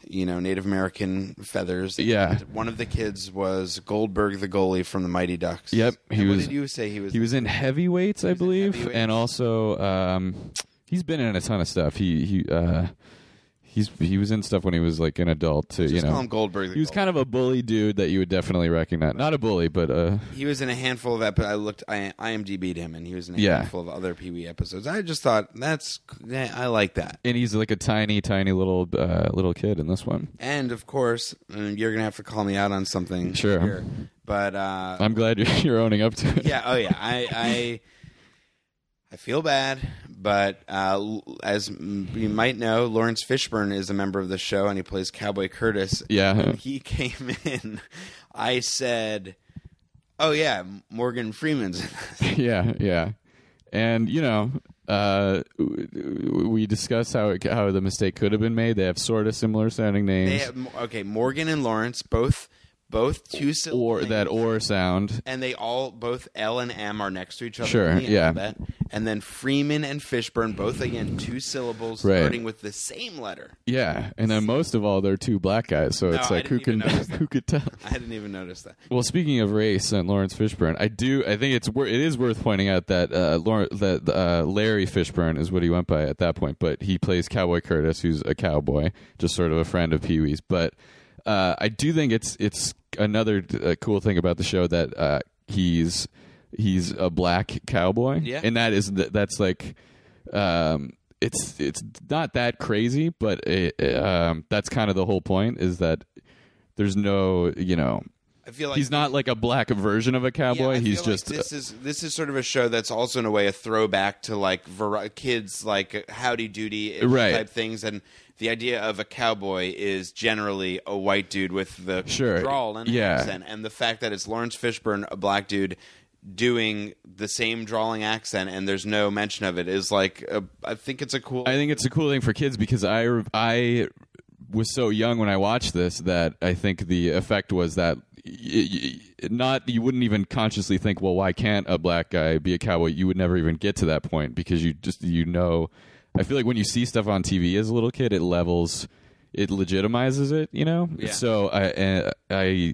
Speaker 3: you know Native American feathers.
Speaker 4: Yeah.
Speaker 3: And one of the kids was Goldberg, the goalie from the Mighty Ducks.
Speaker 4: Yep, he
Speaker 3: And what
Speaker 4: was-
Speaker 3: did you say he was?
Speaker 4: He was in heavyweights, I believe,
Speaker 3: Heavyweights.
Speaker 4: and also um, he's been in a ton of stuff. He he uh, he's he was in stuff when he was like an adult too. you
Speaker 3: Just
Speaker 4: know,
Speaker 3: call him Goldberg. the
Speaker 4: he was
Speaker 3: goalie.
Speaker 4: kind of a bully dude that you would definitely recognize. Not a bully, but uh,
Speaker 3: He was in a handful of episodes. I looked, I IMDb'd him, and he was in a
Speaker 4: Yeah.
Speaker 3: handful of other Pee Wee episodes. I just thought that's yeah, I like that.
Speaker 4: and he's like a tiny, tiny little uh, little kid in this one.
Speaker 3: And of course, and you're gonna have to call me out on something.
Speaker 4: Sure.
Speaker 3: here, but uh,
Speaker 4: I'm glad you're, you're owning up to it.
Speaker 3: yeah, oh yeah, I I, I feel bad, but uh, l- as m- you might know, Lawrence Fishburne is a member of the show, and he plays Cowboy Curtis.
Speaker 4: Yeah.
Speaker 3: When he came in, I said, "Oh yeah, Morgan Freeman's." in this."
Speaker 4: yeah, yeah. And you know, uh, w- w- we discussed how it, how the mistake could have been made. They have sort of similar sounding names,
Speaker 3: They have, okay, Morgan and Lawrence both both two syllable
Speaker 4: or
Speaker 3: names,
Speaker 4: that or sound.
Speaker 3: and they all both L and M are next to each other.
Speaker 4: Sure,
Speaker 3: in the
Speaker 4: yeah.
Speaker 3: alphabet. And then Freeman and Fishburne both again two syllables
Speaker 4: Right.
Speaker 3: starting with the same letter.
Speaker 4: Yeah, and then most of all, they're two black guys, so
Speaker 3: No,
Speaker 4: it's
Speaker 3: I
Speaker 4: like who
Speaker 3: didn't
Speaker 4: can
Speaker 3: even notice that.
Speaker 4: who could tell?
Speaker 3: I didn't even notice that.
Speaker 4: Well, speaking of race and Lawrence Fishburne, I do I think it's wor- it is worth pointing out that uh, Lawrence, that uh, Larry Fishburne is what he went by at that point, but he plays Cowboy Curtis, who's a cowboy, just sort of a friend of Pee Wee's. But uh, I do think it's it's another uh, cool thing about the show that uh, he's he's a black cowboy,
Speaker 3: Yeah.
Speaker 4: and that is th- that's like. Um, it's it's not that crazy, but it, it, um, that's kind of the whole point. Is that there's no you know
Speaker 3: I feel like
Speaker 4: he's not like a black version of a cowboy.
Speaker 3: Yeah, I
Speaker 4: he's
Speaker 3: feel like
Speaker 4: just uh,
Speaker 3: this is this is sort of a show that's also in a way a throwback to like ver- kids like Howdy Doody uh,
Speaker 4: Right.
Speaker 3: type things, and the idea of a cowboy is generally a white dude with the
Speaker 4: Sure.
Speaker 3: drawl and
Speaker 4: Yeah.
Speaker 3: accent, and the fact that it's Lawrence Fishburne, a black dude. Doing the same drawling accent and there's no mention of it is like a, I think it's a cool.
Speaker 4: I think it's a cool thing for kids because I I was so young when I watched this that I think the effect was that y- y- y- not you wouldn't even consciously think, well, why can't a black guy be a cowboy? You would never even get to that point because you just you know. I feel like when you see stuff on TV as a little kid, it levels, it legitimizes it, you know.
Speaker 3: Yeah.
Speaker 4: So I and I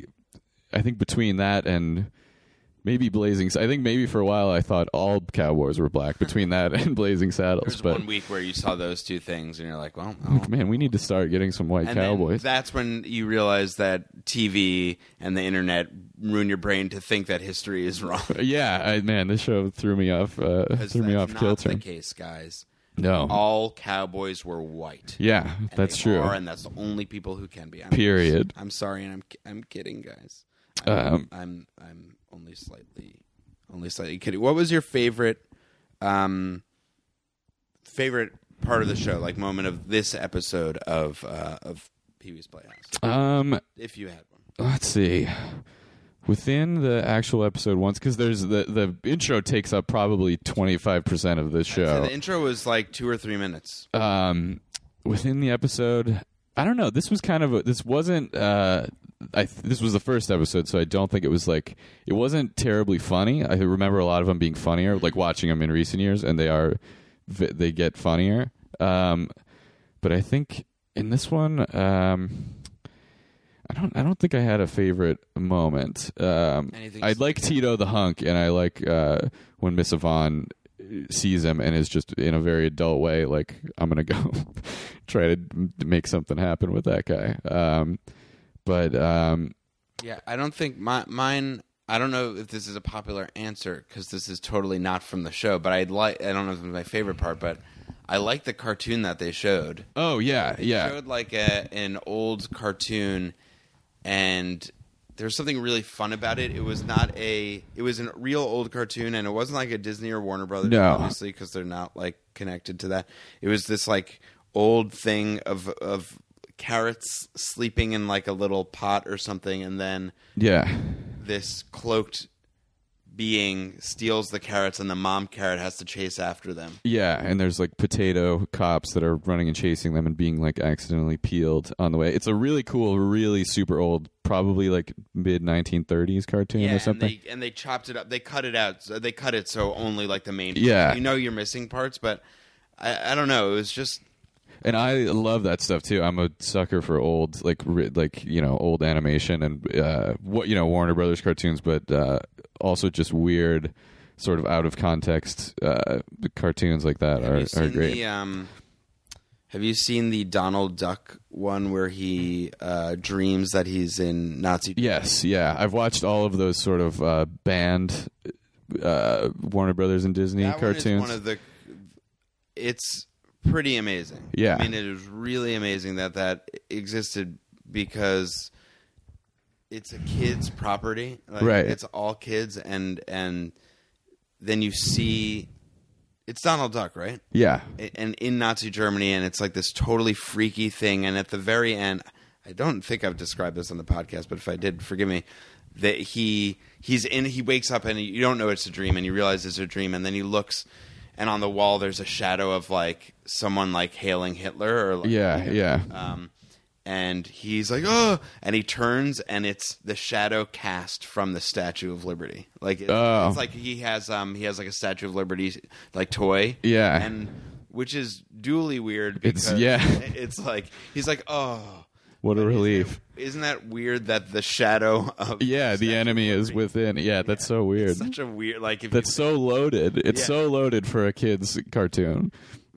Speaker 4: I think between that and maybe Blazing, I think maybe for a while I thought all cowboys were black. Between that and Blazing Saddles,
Speaker 3: there's
Speaker 4: but
Speaker 3: one week where you saw those two things and you're like, well, I'll-
Speaker 4: Man, we need to start getting some white
Speaker 3: And then
Speaker 4: cowboys.
Speaker 3: that's when you realize that TV and the internet ruin your brain to think that history is wrong.
Speaker 4: yeah, I, man, this show threw me off. Uh,
Speaker 3: Because
Speaker 4: threw me
Speaker 3: that's
Speaker 4: off
Speaker 3: not
Speaker 4: kilter.
Speaker 3: the case, guys.
Speaker 4: No,
Speaker 3: All cowboys were white.
Speaker 4: yeah,
Speaker 3: And
Speaker 4: that's
Speaker 3: they
Speaker 4: true.
Speaker 3: Are, and that's the only people who can be. I'm,
Speaker 4: Period.
Speaker 3: I'm sorry, and I'm ki- I'm kidding, guys. I'm,
Speaker 4: Um,
Speaker 3: I'm I'm only slightly only slightly kidding. What was your favorite um favorite part of the show? Like moment of this episode of uh, of Pee Wee's Playhouse,
Speaker 4: Um,
Speaker 3: if you had one.
Speaker 4: let's see. Within the actual episode, once because there's the the intro takes up probably twenty five percent of the
Speaker 3: So
Speaker 4: show.
Speaker 3: the intro was like two or three minutes.
Speaker 4: um, within the episode. I don't know. This was kind of a, this wasn't. Uh, I th- this was the first episode, so I don't think it was like it wasn't terribly funny. I remember a lot of them being funnier, like watching them in recent years, and they are v- they get funnier. Um, but I think in this one, um, I don't. I don't think I had a favorite moment. Um,
Speaker 3: Anything
Speaker 4: I like Tito the hunk, and I like uh, when Miss Yvonne sees him and is just in a very adult way like i'm gonna go try to m- make something happen with that guy um but um
Speaker 3: Yeah, I don't think my mine. I don't know if this is a popular answer because this is totally not from the show. But I like. I don't know if it's my favorite part, but I like the cartoon that they showed.
Speaker 4: oh yeah yeah
Speaker 3: Showed like a, an old cartoon, and there's something really fun about it. It was not a. It was a real old cartoon, and it wasn't like a Disney or Warner Brothers,
Speaker 4: No.
Speaker 3: obviously, because they're not like connected to that. It was this like old thing of of carrots sleeping in like a little pot or something, and then
Speaker 4: yeah
Speaker 3: this cloaked being steals the carrots and the mom carrot has to chase after them.
Speaker 4: Yeah, and there's like potato cops that are running and chasing them and being like accidentally peeled on the way. It's a really cool, really super old, probably like mid 1930s cartoon or
Speaker 3: and
Speaker 4: something.
Speaker 3: they and they chopped it up. They cut it out. So they cut it so only like the main.
Speaker 4: Yeah.
Speaker 3: you know you're missing parts, but I, I don't know. It was just
Speaker 4: and I love that stuff too. I'm a sucker for old, like ri- like you know, old animation and uh, what you know, Warner Brothers cartoons, but uh, also just weird, sort of out of context uh, cartoons like that
Speaker 3: Have
Speaker 4: are,
Speaker 3: you
Speaker 4: are
Speaker 3: seen
Speaker 4: great.
Speaker 3: The, um, have you seen the Donald Duck one where he uh, dreams that he's in Nazi?
Speaker 4: Yes, yeah. I've watched all of those sort of uh, banned uh, Warner Brothers and Disney
Speaker 3: that
Speaker 4: cartoons.
Speaker 3: One is one of the. It's pretty amazing.
Speaker 4: Yeah.
Speaker 3: I mean it is really amazing that that existed because it's a kid's property. Like,
Speaker 4: Right.
Speaker 3: It's all kids, and and then you see. It's Donald Duck, right?
Speaker 4: yeah.
Speaker 3: and in Nazi Germany, and it's like this totally freaky thing. And at the very end, I don't think I've described this on the podcast, but if I did, forgive me. That he he's in, he wakes up and you don't know it's a dream, and you realize it's a dream, and then he looks, and on the wall there's a shadow of like someone like hailing Hitler or like,
Speaker 4: Yeah, yeah.
Speaker 3: um, and he's like, oh, and he turns, and it's the shadow cast from the Statue of Liberty. Like, it-
Speaker 4: Oh.
Speaker 3: it's like he has um he has like a Statue of Liberty like toy.
Speaker 4: Yeah.
Speaker 3: and which is duly weird.
Speaker 4: It's-
Speaker 3: Because
Speaker 4: yeah.
Speaker 3: It's like he's like, oh,
Speaker 4: What a relief.
Speaker 3: isn't that weird that the shadow of
Speaker 4: Yeah, the enemy is within. Yeah, that's so weird.
Speaker 3: such a weird like if you-
Speaker 4: That's so loaded. It's
Speaker 3: Yeah.
Speaker 4: so loaded for a kids cartoon.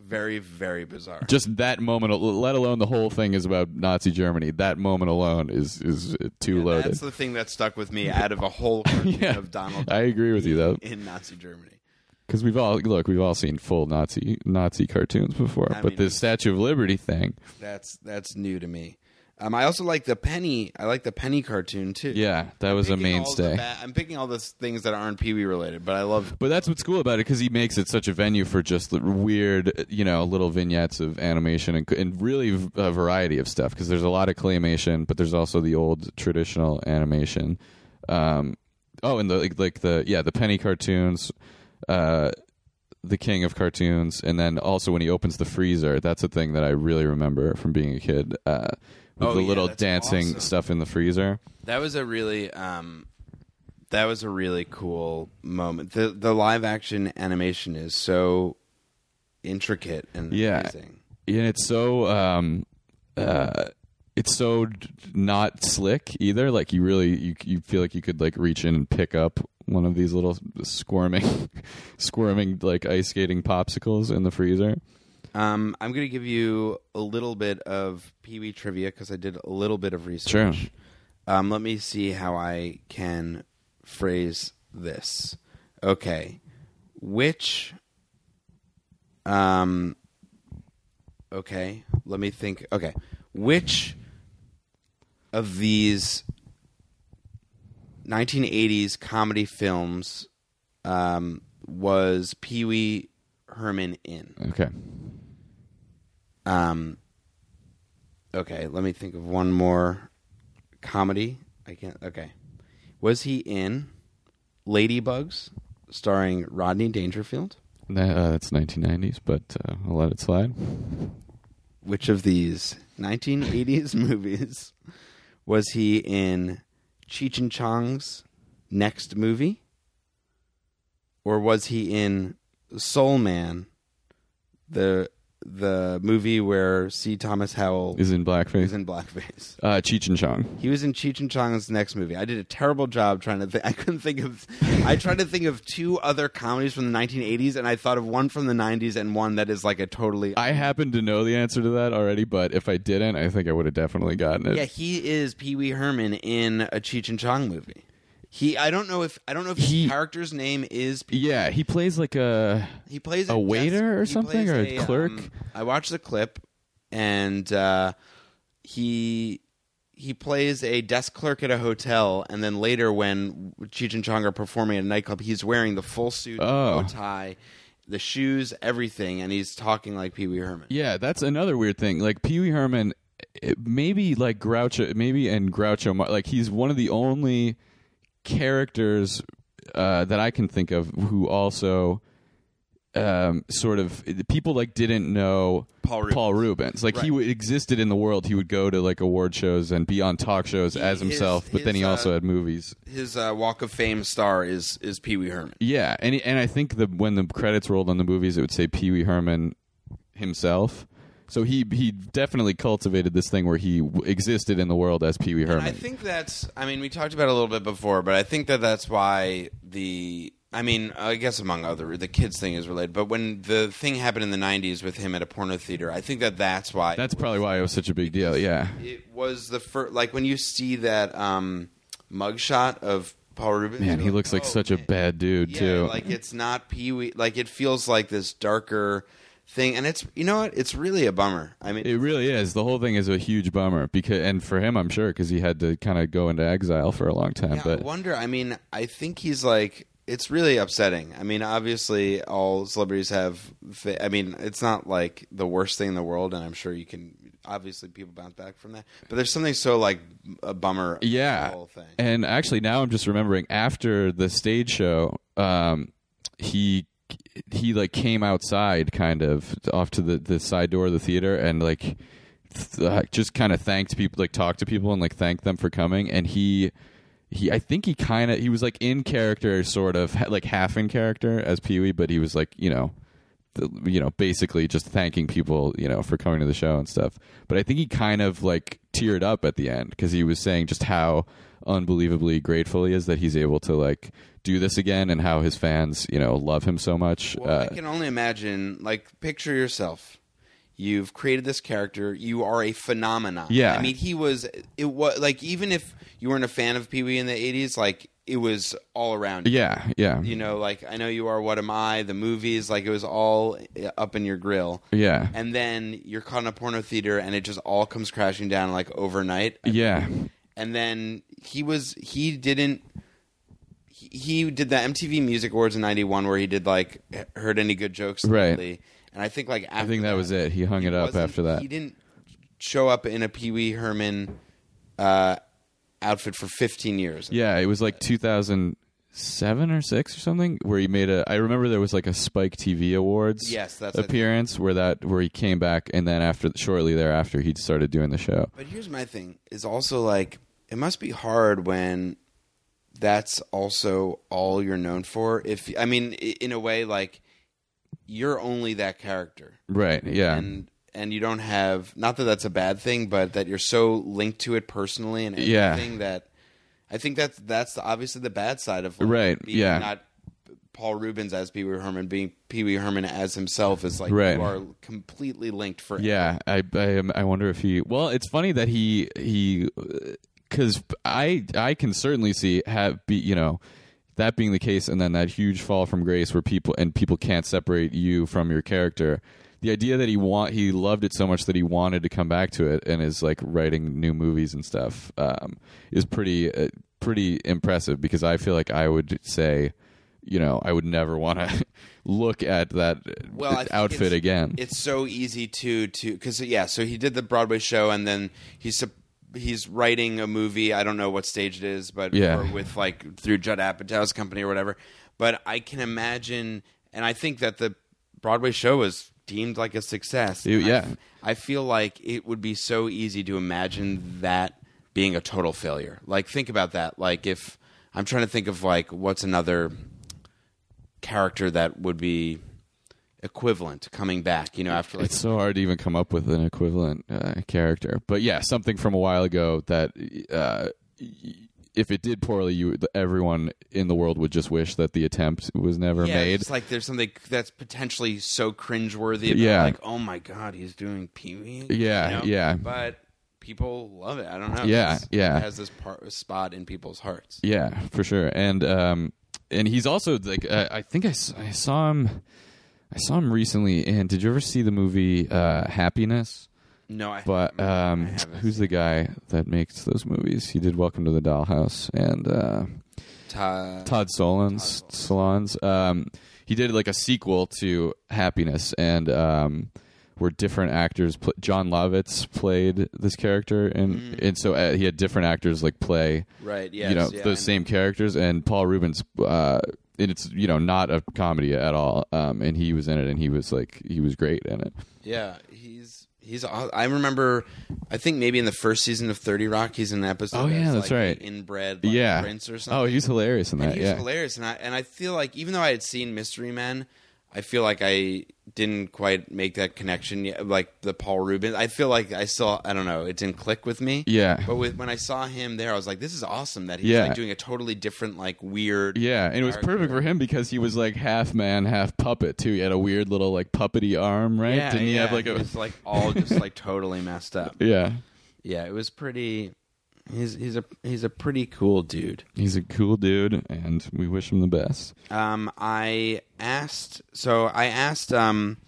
Speaker 3: very very bizarre.
Speaker 4: Just that moment, al- let alone the whole thing is about Nazi Germany. That moment alone is is too loaded.
Speaker 3: That's the thing that stuck with me out of a whole cartoon
Speaker 4: Yeah.
Speaker 3: of Donald
Speaker 4: I agree with you though,
Speaker 3: in Nazi Germany.
Speaker 4: because we've all look, we've all seen full Nazi Nazi cartoons before,
Speaker 3: I
Speaker 4: but
Speaker 3: mean,
Speaker 4: the Statue of Liberty thing,
Speaker 3: That's that's new to me. Um, I also like the penny. I like the penny cartoon too.
Speaker 4: yeah, that was a
Speaker 3: Picking all the
Speaker 4: mainstay.
Speaker 3: ba- I'm picking all the s- things that aren't Pee Wee related, but I love.
Speaker 4: But that's what's cool about it because he makes it such a venue for just the weird, you know, little vignettes of animation and, and really v- a variety of stuff. Because there's a lot of claymation, but there's also the old traditional animation. Um, oh, and the like, like the yeah the penny cartoons, uh, the king of cartoons, and then also when he opens the freezer, that's a thing that I really remember from being a kid. Uh, with
Speaker 3: Oh,
Speaker 4: the
Speaker 3: yeah,
Speaker 4: little
Speaker 3: that's
Speaker 4: dancing
Speaker 3: awesome.
Speaker 4: stuff in the freezer.
Speaker 3: That was a really. Um, that was a really cool moment. The the live action animation is so intricate and
Speaker 4: Yeah.
Speaker 3: amazing.
Speaker 4: and it's so um uh it's so d- not slick either like you really you you feel like you could like reach in and pick up one of these little squirming squirming like ice skating popsicles in the freezer
Speaker 3: Um, I'm going to give you a little bit of Pee Wee trivia because I did a little bit of research.
Speaker 4: Sure.
Speaker 3: Um, let me see how I can phrase this. Okay. Which. Um, okay. Let me think. Okay. Which of these 1980s comedy films um, was Pee Wee Herman in?
Speaker 4: okay
Speaker 3: Um, okay, let me think of one more comedy. I can't. Okay, was he in Ladybugs, starring Rodney Dangerfield?
Speaker 4: Nah, uh, that's 1990s but uh, i'll let it slide
Speaker 3: Which of these 1980s movies was he in? Cheech and Chong's next movie, or was he in Soul Man, the the movie where C. Thomas Howell
Speaker 4: is in blackface
Speaker 3: is in blackface?
Speaker 4: uh cheech and chong
Speaker 3: He was in Cheech and Chong's next movie. I did a terrible job trying to think. I couldn't think of. I tried to think of two other comedies from the 1980s, and I thought of one from the 90s and one that is like a totally.
Speaker 4: i happen to know the answer to that already but if i didn't i think i would have definitely gotten it
Speaker 3: yeah, he is Pee Wee Herman in a Cheech and Chong movie. He. I don't know if. I don't know if his
Speaker 4: He-
Speaker 3: character's name is. Pee-
Speaker 4: yeah he plays like a
Speaker 3: He plays
Speaker 4: A
Speaker 3: Jess-
Speaker 4: waiter or
Speaker 3: he
Speaker 4: something,
Speaker 3: plays
Speaker 4: or a clerk?
Speaker 3: um, I watched the clip, and uh, he he plays a desk clerk at a hotel, and then later when Cheech and Chong are performing at a nightclub, he's wearing the full suit,
Speaker 4: Oh.
Speaker 3: the bow tie, the shoes, everything, and he's talking like Pee Wee Herman.
Speaker 4: Yeah, that's another weird thing. Like Pee Wee Herman, it- maybe like Groucho, maybe and Groucho, Mar- like he's one of the only characters uh, that I can think of who also um, sort of people like didn't know
Speaker 3: Paul Rubens.
Speaker 4: Rubens. Like he
Speaker 3: Right.
Speaker 4: w- existed in the world. He would go to like award shows and be on talk shows as
Speaker 3: his-
Speaker 4: himself, but then
Speaker 3: his,
Speaker 4: he also
Speaker 3: uh,
Speaker 4: had movies.
Speaker 3: His uh, Walk of Fame star is is Pee Wee Herman.
Speaker 4: Yeah, and he- and I think the when the credits rolled on the movies, it would say Pee Wee Herman himself. So he he definitely cultivated this thing where he w- existed in the world as Pee Wee Herman.
Speaker 3: I think that's. I mean, we talked about it a little bit before, but I think that that's why the. I mean, I guess among other the kids thing is related, but when the thing happened in the '90s with him at a porno theater, I think that that's why.
Speaker 4: That's probably why it was such a big deal. Yeah,
Speaker 3: it was the first. Like when you see that um, mugshot of Paul Rubens,
Speaker 4: man,
Speaker 3: you're
Speaker 4: he looks like
Speaker 3: "Oh,
Speaker 4: such a bad dude
Speaker 3: yeah,
Speaker 4: too.
Speaker 3: Like it's not Pee Wee. Like it feels like this darker thing, and it's you know what? It's really a bummer. I mean,
Speaker 4: It really is. The whole thing is a huge bummer because, and for him, I'm sure, because he had to kind of go into exile for a long time.
Speaker 3: Yeah,
Speaker 4: but
Speaker 3: I wonder. I mean, I think he's like. It's really upsetting. I mean, obviously, all celebrities have. Fa- I mean, it's not like the worst thing in the world, and I'm sure you can. Obviously, people bounce back from that. But there's something so like a bummer. about the
Speaker 4: yeah,
Speaker 3: whole thing.
Speaker 4: and actually, now I'm just remembering after the stage show, um, he he like came outside, kind of off to the the side door of the theater, and like th- uh, just kind of thanked people, like talked to people, and like thanked them for coming, and he. He, I think he kind of he was like in character, sort of ha- like half in character as Pee Wee, but he was like you know the, you know, basically just thanking people, you know, for coming to the show and stuff. But I think he kind of like teared up at the end because he was saying just how unbelievably grateful he is that he's able to like do this again and how his fans, you know, love him so much.
Speaker 3: Well,
Speaker 4: Uh,
Speaker 3: I can only imagine. Like, picture yourself. You've created this character. You are a phenomenon.
Speaker 4: Yeah.
Speaker 3: I mean, he was. It was like even if you weren't a fan of Pee Wee in the '80s, like it was all around. you.
Speaker 4: yeah, yeah,
Speaker 3: You know, like I know you are. What am I? The movies, like it was all uh, up in your grill.
Speaker 4: yeah,
Speaker 3: And then you're caught in a porno theater, and it just all comes crashing down like overnight.
Speaker 4: yeah,
Speaker 3: And then he was he didn't he, he did the MTV Music Awards in '91 where he did like h- heard any good jokes
Speaker 4: Right.
Speaker 3: lately. And I think like after
Speaker 4: I think that was it. He hung it up
Speaker 3: wasn't-
Speaker 4: after that.
Speaker 3: He didn't show up in a Pee Wee Herman uh, outfit for 15 years.
Speaker 4: Yeah, it was like 2007 or six or something, where he made a. I remember there was like a Spike TV Awards
Speaker 3: Yes, that's-
Speaker 4: appearance where that where he came back, and then after shortly thereafter he started doing the show.
Speaker 3: But here's my thing is also like it must be hard when that's also all you're known for. If I mean i- in a way like you're only that character
Speaker 4: Right? Yeah.
Speaker 3: and and you don't have not that that's a bad thing but that you're so linked to it personally and
Speaker 4: Yeah.
Speaker 3: everything that I think that's that's the, obviously the bad side of like,
Speaker 4: Right,
Speaker 3: being
Speaker 4: yeah.
Speaker 3: not Paul Rubens as Pee Wee Herman being Pee Wee Herman as himself is like
Speaker 4: Right.
Speaker 3: you are completely linked for
Speaker 4: yeah, I, I am- I wonder if he. Well, it's funny that he he because I I can certainly see have be you know that being the case, and then that huge fall from grace where people and people can't separate you from your character. The idea that he want he loved it so much that he wanted to come back to it and is like writing new movies and stuff um, is pretty uh, pretty impressive because I feel like I would say. You know, I would never want to look at that
Speaker 3: well, I think
Speaker 4: outfit
Speaker 3: it's-
Speaker 4: again.
Speaker 3: It's so easy to to because yeah. So he did the Broadway show, and then he's sup- he's writing a movie. I don't know what stage it is, but
Speaker 4: Yeah.
Speaker 3: or with like through Judd Apatow's company or whatever. But I can imagine, and I think that the Broadway show was deemed like a success.
Speaker 4: You-
Speaker 3: And I
Speaker 4: yeah.
Speaker 3: f- I feel like it would be so easy to imagine that being a total failure. Like think about that. Like if I'm trying to think of like what's another character that would be equivalent coming back, you know, after like
Speaker 4: it's so hard to even come up with an equivalent uh, character. But yeah, something from a while ago that uh, y- if it did poorly, you everyone in the world would just wish that the attempt was never
Speaker 3: yeah,
Speaker 4: made.
Speaker 3: it's like there's something that's potentially so cringeworthy about
Speaker 4: Yeah.
Speaker 3: like, oh my god, he's doing Pee Wee. again,"
Speaker 4: Yeah, yeah.
Speaker 3: But people love it. I don't know.
Speaker 4: Yeah,
Speaker 3: It's-
Speaker 4: yeah.
Speaker 3: It has this part, spot in people's hearts.
Speaker 4: Yeah, for sure. And um, and he's also like uh, I think I, s- I saw him I saw him recently. And did you ever see the movie uh, Happiness?
Speaker 3: No, I
Speaker 4: But um, who's the guy that makes those movies? He did Welcome to the Dollhouse and. Uh,
Speaker 3: Ta-
Speaker 4: Todd Solondz, Solondz. Um, he did like a sequel to Happiness, and um, were different actors. Pl- John Lovitz played this character, and and so uh, he had different actors like play
Speaker 3: Mm. Right,
Speaker 4: you know
Speaker 3: yes, yeah, I know.
Speaker 4: those same characters. And Paul Rubens, uh, and it's you know not a comedy at all. Um, and he was in it, and he was like he was great in it.
Speaker 3: Yeah, he's he's. aw- I remember, I think maybe in the first season of Thirty Rock, he's in an episode.
Speaker 4: Oh, yeah,
Speaker 3: like
Speaker 4: that's
Speaker 3: an
Speaker 4: right.
Speaker 3: Inbred, like,
Speaker 4: yeah,
Speaker 3: prince or something.
Speaker 4: oh, he was hilarious in that.
Speaker 3: And he was
Speaker 4: yeah,
Speaker 3: hilarious, and I and I feel like even though I had seen Mystery Men, I feel like I didn't quite make that connection. Yet, like the Paul Rubens, I feel like I saw. I don't know. It didn't click with me.
Speaker 4: Yeah.
Speaker 3: But with, when I saw him there, I was like, "This is awesome!" That he's
Speaker 4: Yeah.
Speaker 3: like doing a totally different, like weird.
Speaker 4: Yeah, and it was
Speaker 3: character.
Speaker 4: perfect for him because he was like half man, half puppet too. He had a weird little like puppety arm, right?
Speaker 3: Yeah,
Speaker 4: Didn't he
Speaker 3: yeah,
Speaker 4: have like a
Speaker 3: was, like all just like totally messed up.
Speaker 4: Yeah.
Speaker 3: Yeah, it was pretty. He's he's a he's a pretty cool dude.
Speaker 4: He's a cool dude and we wish him the best.
Speaker 3: Um, I asked, so I asked um,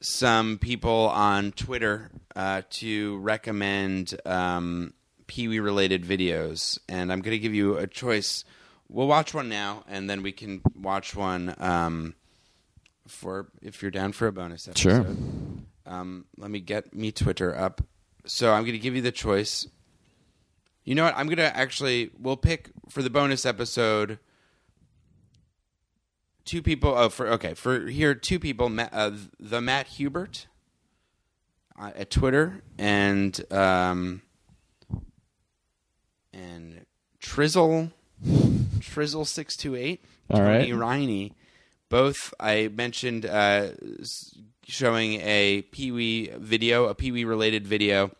Speaker 3: some people on Twitter uh, to recommend um, Pee Wee related videos, and I'm going to give you a choice. We'll watch one now, and then we can watch one um, for if you're down for a bonus episode.
Speaker 4: Sure.
Speaker 3: Um, let me get me Twitter up. So I'm going to give you the choice. You know what? I'm going to actually, we'll pick for the bonus episode two people. Oh, for okay, for here, two people. Ma- uh, the Matt Hubert uh, at Twitter and um, and Trizzle Trizzle six two eight.
Speaker 4: All right.
Speaker 3: Tony Riney. Both I mentioned uh, s- showing a Pee Wee video, a Pee Wee related video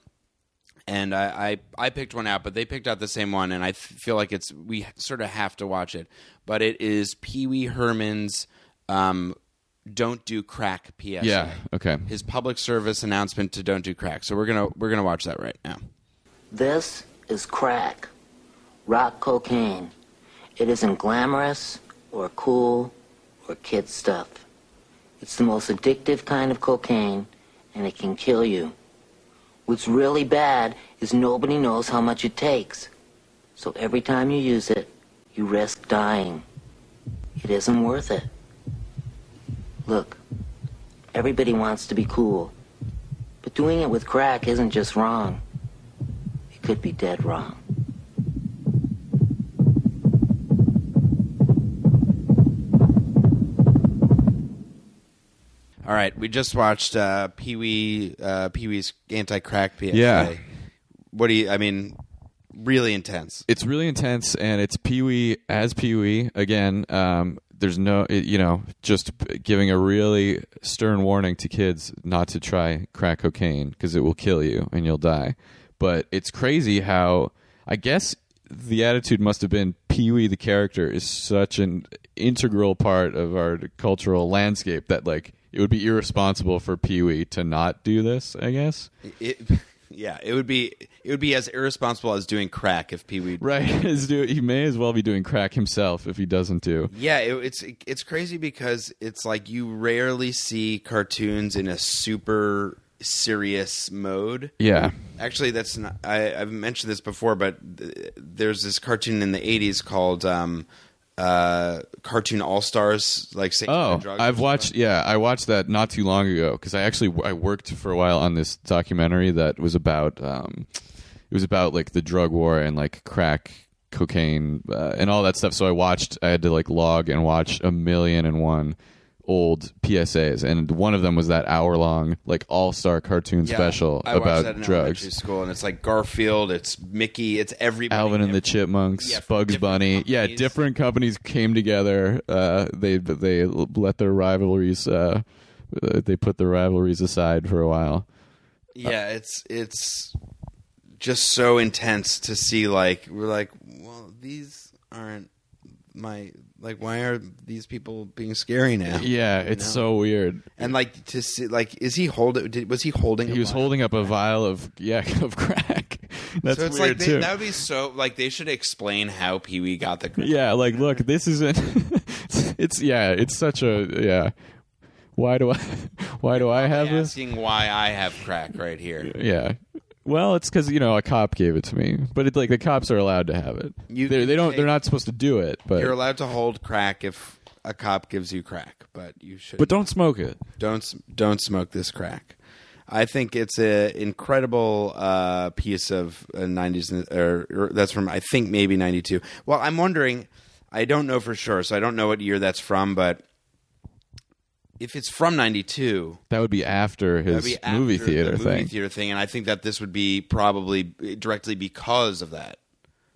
Speaker 3: and I, I I picked one out, but they picked out the same one, and I f- feel like it's we sort of have to watch it. But it is Pee Wee Herman's um, "Don't Do Crack" PSA.
Speaker 4: Yeah. Okay.
Speaker 3: his public service announcement to "Don't Do Crack." So we're gonna we're gonna watch that right now.
Speaker 6: This is crack, rock cocaine. It isn't glamorous or cool or kid stuff. It's the most addictive kind of cocaine, and it can kill you. What's really bad is nobody knows how much it takes. So every time you use it, you risk dying. It isn't worth it. Look, everybody wants to be cool, but doing it with crack isn't just wrong. It could be dead wrong.
Speaker 3: All right, we just watched uh, Pee Wee uh, Pee Wee's anti crack PSA.
Speaker 4: Yeah.
Speaker 3: what do you? I mean, really intense.
Speaker 4: It's really intense and it's Pee Wee as Pee Wee again. Um there's no it, you know just p- giving a really stern warning to kids not to try crack cocaine because it will kill you and you'll die. But it's crazy how I guess the attitude must have been Pee Wee the character is such an integral part of our cultural landscape that like it would be irresponsible for Pee Wee to not do this. I guess
Speaker 3: It, yeah, it would be it would be as irresponsible as doing crack if Pee Wee
Speaker 4: right? Is do he may as well be doing crack himself if he doesn't do.
Speaker 3: Yeah, it, it's it's crazy because it's like you rarely see cartoons in a super serious mode.
Speaker 4: Yeah,
Speaker 3: Actually, that's not, I, I've mentioned this before, but th- there's this cartoon in the '80s called um, uh, "Cartoon All Stars." Like, Satan
Speaker 4: Oh,
Speaker 3: and Drugs or
Speaker 4: I've
Speaker 3: something.
Speaker 4: watched. Yeah, I watched that not too long ago because I actually I worked for a while on this documentary that was about um, it was about like the drug war and like crack, cocaine, uh, and all that stuff. So I watched. I had to like log and watch a million and one old PSAs, and one of them was that hour long like all star cartoon
Speaker 3: Yeah,
Speaker 4: special
Speaker 3: I watched
Speaker 4: about
Speaker 3: that in elementary
Speaker 4: drugs.
Speaker 3: School, and it's like Garfield, it's Mickey, it's everybody.
Speaker 4: Alvin and the
Speaker 3: every-
Speaker 4: Chipmunks,
Speaker 3: Yeah, from
Speaker 4: Bugs
Speaker 3: different
Speaker 4: Bunny. Yeah,
Speaker 3: companies.
Speaker 4: different companies came together. Uh, they they let their rivalries. Uh, they put their rivalries aside for a while.
Speaker 3: yeah it's it's just so intense to see like we're like well these aren't my like why are these people being scary now
Speaker 4: Yeah, it's so weird.
Speaker 3: and like to see like is he holding did, was he holding
Speaker 4: He
Speaker 3: a
Speaker 4: was
Speaker 3: wine?
Speaker 4: holding up a vial of yeah of crack. That's
Speaker 3: so it's
Speaker 4: weird
Speaker 3: like they,
Speaker 4: too.
Speaker 3: that would be so like they should explain how pee-wee got the
Speaker 4: yeah, like look, this isn't. it's yeah, it's such a yeah. Why do I? Why do I have this?
Speaker 3: asking why i have crack right here
Speaker 4: Yeah. Well, it's because you know a cop gave it to me, but it's like the cops are allowed to have it.
Speaker 3: You-
Speaker 4: They're- they don't.
Speaker 3: they-
Speaker 4: They're not supposed to do it, but
Speaker 3: you're allowed to hold crack if a cop gives you crack but you should
Speaker 4: but don't smoke it.
Speaker 3: don't s- don't smoke this crack. I think it's an incredible uh, piece of uh, 90s, or, or that's from, I think, maybe 92. Well, I'm wondering, I don't know for sure, so I don't know what year that's from, but if it's from 92,
Speaker 4: That would be after his
Speaker 3: that'd be after
Speaker 4: movie theater
Speaker 3: the movie
Speaker 4: thing.
Speaker 3: theater thing, and I think that this would be probably eh, directly because of that.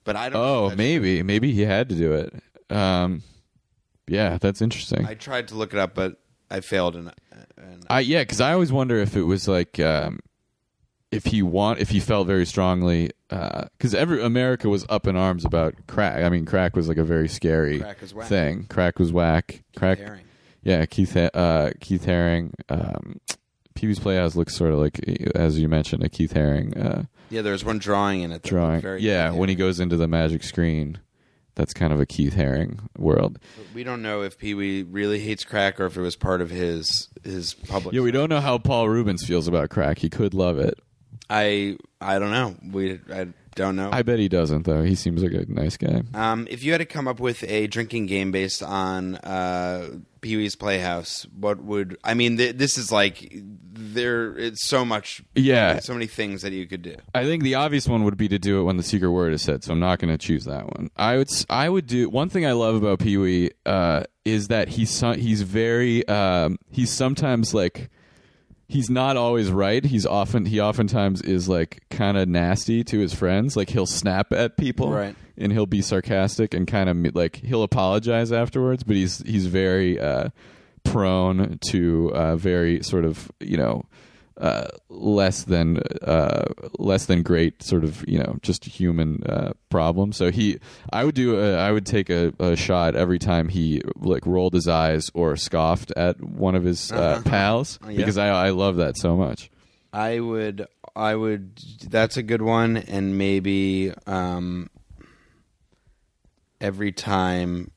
Speaker 3: But I don't know
Speaker 4: Oh,
Speaker 3: if that's
Speaker 4: maybe, maybe he had to do it. Um, yeah, that's interesting.
Speaker 3: I tried to look it up, but I failed. And, and
Speaker 4: I yeah, because I always wonder if it was like um, if he want if he felt very strongly because every America was up in arms about crack. I mean, crack was like a very scary
Speaker 3: Crack is whack.
Speaker 4: thing. Crack was whack. Crack.
Speaker 3: Haring.
Speaker 4: Yeah, Keith Ha- uh, Keith Haring. Um, Pee Wee's Playhouse looks sort of like as you mentioned a Keith Haring uh,
Speaker 3: yeah, there's one drawing in it. that
Speaker 4: drawing.
Speaker 3: looked Very
Speaker 4: yeah, when he goes into the magic screen. That's kind of a Keith Haring world.
Speaker 3: we don't know if Pee Wee really hates crack or if it was part of his his public.
Speaker 4: Yeah, we don't know how Paul Rubens feels about crack. He could love it.
Speaker 3: I I don't know. We I don't know.
Speaker 4: I bet he doesn't, though. He seems like a nice guy.
Speaker 3: um, if you had to come up with a drinking game based on uh, Pee Wee's Playhouse, what would I mean? Th- this is like there. It's so much.
Speaker 4: Yeah.
Speaker 3: so many things that you could do.
Speaker 4: I think the obvious one would be to do it when the secret word is said, so I'm not going to choose that one. I would s- I would do one thing I love about Pee Wee uh, is that he's so- he's very um, he's sometimes like he's not always right. He's often he oftentimes is like kind of nasty to his friends. Like he'll snap at people,
Speaker 3: Right.
Speaker 4: And he'll be sarcastic and kind of like he'll apologize afterwards. But he's he's very uh, prone to uh, very sort of you know uh, less than uh, less than great sort of you know just human uh, problem. So he, I would do a, I would take a, a shot every time he like rolled his eyes or scoffed at one of his uh, pals
Speaker 3: Uh-huh. Oh, yeah.
Speaker 4: because I I love that so much.
Speaker 3: I would, I would. That's a good one, and maybe um, every time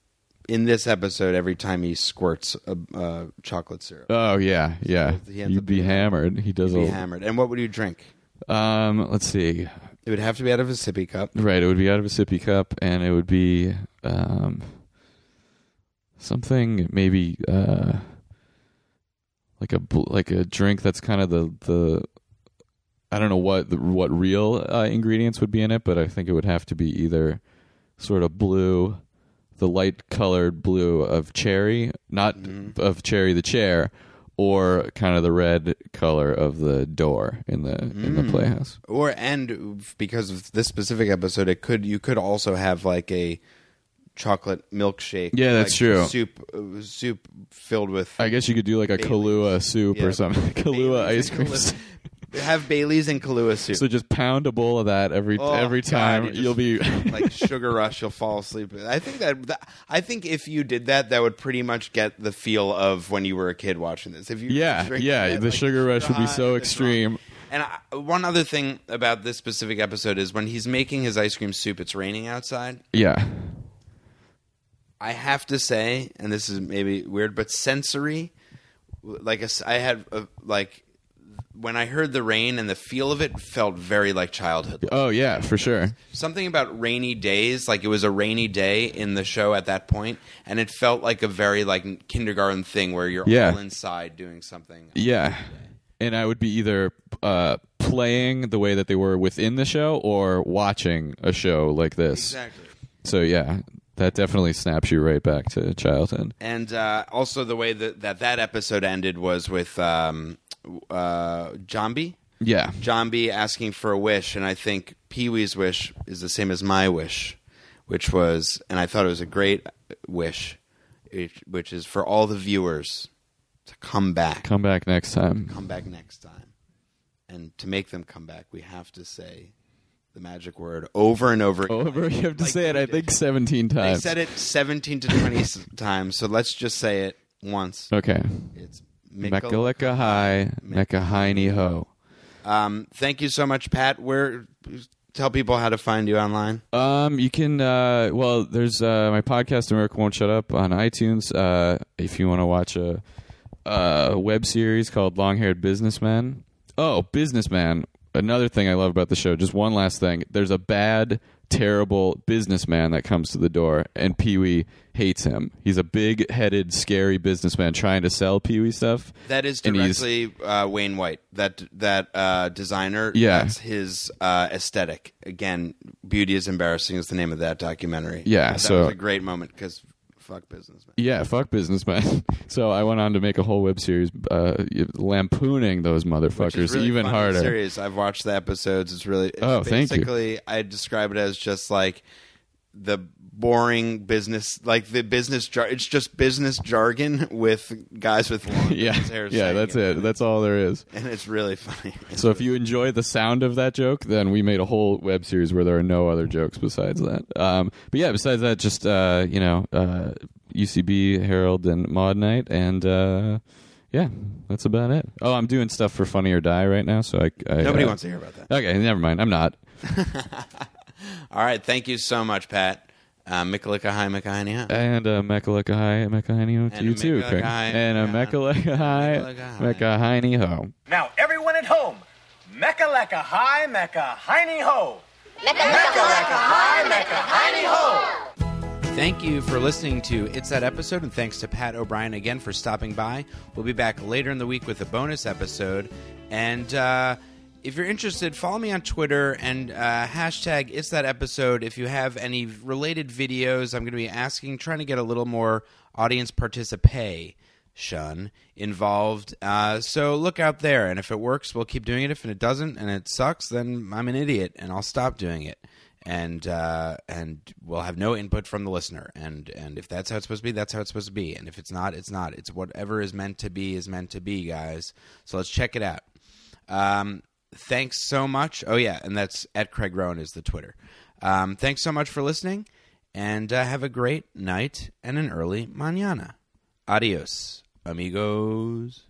Speaker 3: in this episode, every time he squirts a, a chocolate syrup,
Speaker 4: Oh yeah, yeah.
Speaker 3: He ends
Speaker 4: You'd
Speaker 3: up
Speaker 4: be
Speaker 3: being-
Speaker 4: hammered. He does
Speaker 3: be
Speaker 4: a
Speaker 3: hammered. And what would you drink?
Speaker 4: um. Let's see.
Speaker 3: It would have to be out of a sippy cup.
Speaker 4: Right. It would be out of a sippy cup, and it would be um something maybe uh like a bl- like a drink that's kind of the the I don't know what the, what real uh, ingredients would be in it, but I think it would have to be either sort of blue, the light colored blue of cherry, not of cherry the chair, or kind of the red color of the door in the in the playhouse.
Speaker 3: Or and because of this specific episode, it could you could also have like a chocolate milkshake.
Speaker 4: Yeah, that's
Speaker 3: like
Speaker 4: true.
Speaker 3: Soup, uh, soup filled with.
Speaker 4: I guess you could do like a Kahlua soup
Speaker 3: Yeah.
Speaker 4: or something. Kahlua
Speaker 3: Baileys
Speaker 4: ice
Speaker 3: and
Speaker 4: cream.
Speaker 3: Kahlua- Have Bailey's and Kahlua soup.
Speaker 4: So just pound a bowl of that every
Speaker 3: Oh,
Speaker 4: every
Speaker 3: God,
Speaker 4: time.
Speaker 3: you just-
Speaker 4: You'll be
Speaker 3: like sugar rush you'll fall asleep i think that, that i think if you did that that would pretty much get the feel of when you were a kid watching this if you
Speaker 4: Yeah,
Speaker 3: drink
Speaker 4: yeah,
Speaker 3: that,
Speaker 4: the sugar rush would
Speaker 3: high,
Speaker 4: be so
Speaker 3: the drunk.
Speaker 4: extreme.
Speaker 3: and I, one other thing about this specific episode is when he's making his ice cream soup it's raining outside
Speaker 4: yeah.
Speaker 3: i have to say and this is maybe weird but sensory like a s I had a, like when i heard the rain and the feel of it felt very like childhood
Speaker 4: Oh yeah, for sure.
Speaker 3: something about rainy days like it was a rainy day in the show at that point and it felt like a very like kindergarten thing where you're
Speaker 4: Yeah.
Speaker 3: all inside doing something
Speaker 4: Yeah. And I would be either uh, playing the way that they were within the show or watching a show like this.
Speaker 3: exactly
Speaker 4: So yeah, that definitely snaps you right back to childhood.
Speaker 3: and uh, also the way that, that that episode ended was with um uh zombie
Speaker 4: Yeah.
Speaker 3: zombie asking for a wish and i think pee-wee's wish is the same as my wish which was and i thought it was a great wish it- which is for all the viewers to come back
Speaker 4: Come back next time.
Speaker 3: come back next time. And to make them come back, we have to say the magic word over and over. again.
Speaker 4: Over. You have to
Speaker 3: Like
Speaker 4: say it.
Speaker 3: they
Speaker 4: I
Speaker 3: did.
Speaker 4: think seventeen
Speaker 3: They
Speaker 4: times.
Speaker 3: said it 17 to 20 s- times, so let's just say it once.
Speaker 4: Okay.
Speaker 3: It's Mikkel.
Speaker 4: Mechalika high, Mecca hiney ho.
Speaker 3: Um, thank you so much, Pat. Where tell people how to find you online?
Speaker 4: Um, you can. Uh, well, there's uh, my podcast, America Won't Shut Up, on iTunes. Uh, if you want to watch a, uh web series called Long Haired Businessman. Oh, Businessman another thing I love about the show, just one last thing. There's a bad, terrible businessman that comes to the door, and Pee Wee hates him. He's a big headed, scary businessman trying to sell Pee Wee stuff.
Speaker 3: That is
Speaker 4: And he's-
Speaker 3: directly uh, Wayne White. That that uh, designer.
Speaker 4: Yeah.
Speaker 3: that's his uh, aesthetic. Again, beauty is embarrassing is the name of that documentary.
Speaker 4: Yeah,
Speaker 3: that
Speaker 4: so-
Speaker 3: was a great moment because fuck business. Man.
Speaker 4: Yeah, fuck businessmen. so I went on to make a whole web series uh, lampooning those motherfuckers
Speaker 3: Which is really
Speaker 4: even
Speaker 3: fun
Speaker 4: harder.
Speaker 3: Series. I've watched the episodes. It's really it's
Speaker 4: Oh, thank you.
Speaker 3: basically I describe it as just like the boring business, like the business. Jar- it's just business jargon with guys with long
Speaker 4: Yeah,
Speaker 3: business hair.
Speaker 4: yeah,
Speaker 3: saying
Speaker 4: that's it. That's all there is.
Speaker 3: and it's really funny.
Speaker 4: So if you enjoy the sound of that joke, then we made a whole web series where there are no other jokes besides that. Um, but yeah, besides that, just uh, you know, uh, UCB, Herald, and Mod Night, and uh, yeah, that's about it. Oh, I'm doing stuff for Funny or Die right now, so I, I
Speaker 3: Nobody
Speaker 4: uh,
Speaker 3: wants to hear about that.
Speaker 4: Okay, never mind. I'm not.
Speaker 3: All right, thank you so much, Pat. Uh, Mikalika hi, Mikahani hi.
Speaker 4: And uh, Mekalika High, Mekahini Ho
Speaker 3: And
Speaker 4: to you
Speaker 3: a
Speaker 4: too,
Speaker 3: Mekalika
Speaker 4: Craig.
Speaker 3: hi,
Speaker 4: And a Mekalika High, Mekahini Ho.
Speaker 10: Now, everyone at home, Mecca Lecca Hi, Mecca Hiney Ho.
Speaker 3: Thank you for listening to It's That Episode, and thanks to Pat O'Brien again for stopping by. We'll be back later in the week with a bonus episode. And uh, if you're interested, follow me on Twitter and uh, hashtag It's That Episode. If you have any related videos, I'm going to be asking, trying to get a little more audience participation involved. Uh, so look out there, and if it works, we'll keep doing it. If it doesn't and it sucks, then I'm an idiot and I'll stop doing it and uh, and we'll have no input from the listener. And and if that's how it's supposed to be, that's how it's supposed to be. And if it's not, it's not. It's whatever is meant to be is meant to be, guys. So let's check it out. Um, thanks so much. Oh yeah, and that's at Craig Rowan is the Twitter. Um, thanks so much for listening, and uh, have a great night and an early mañana. Adios, amigos.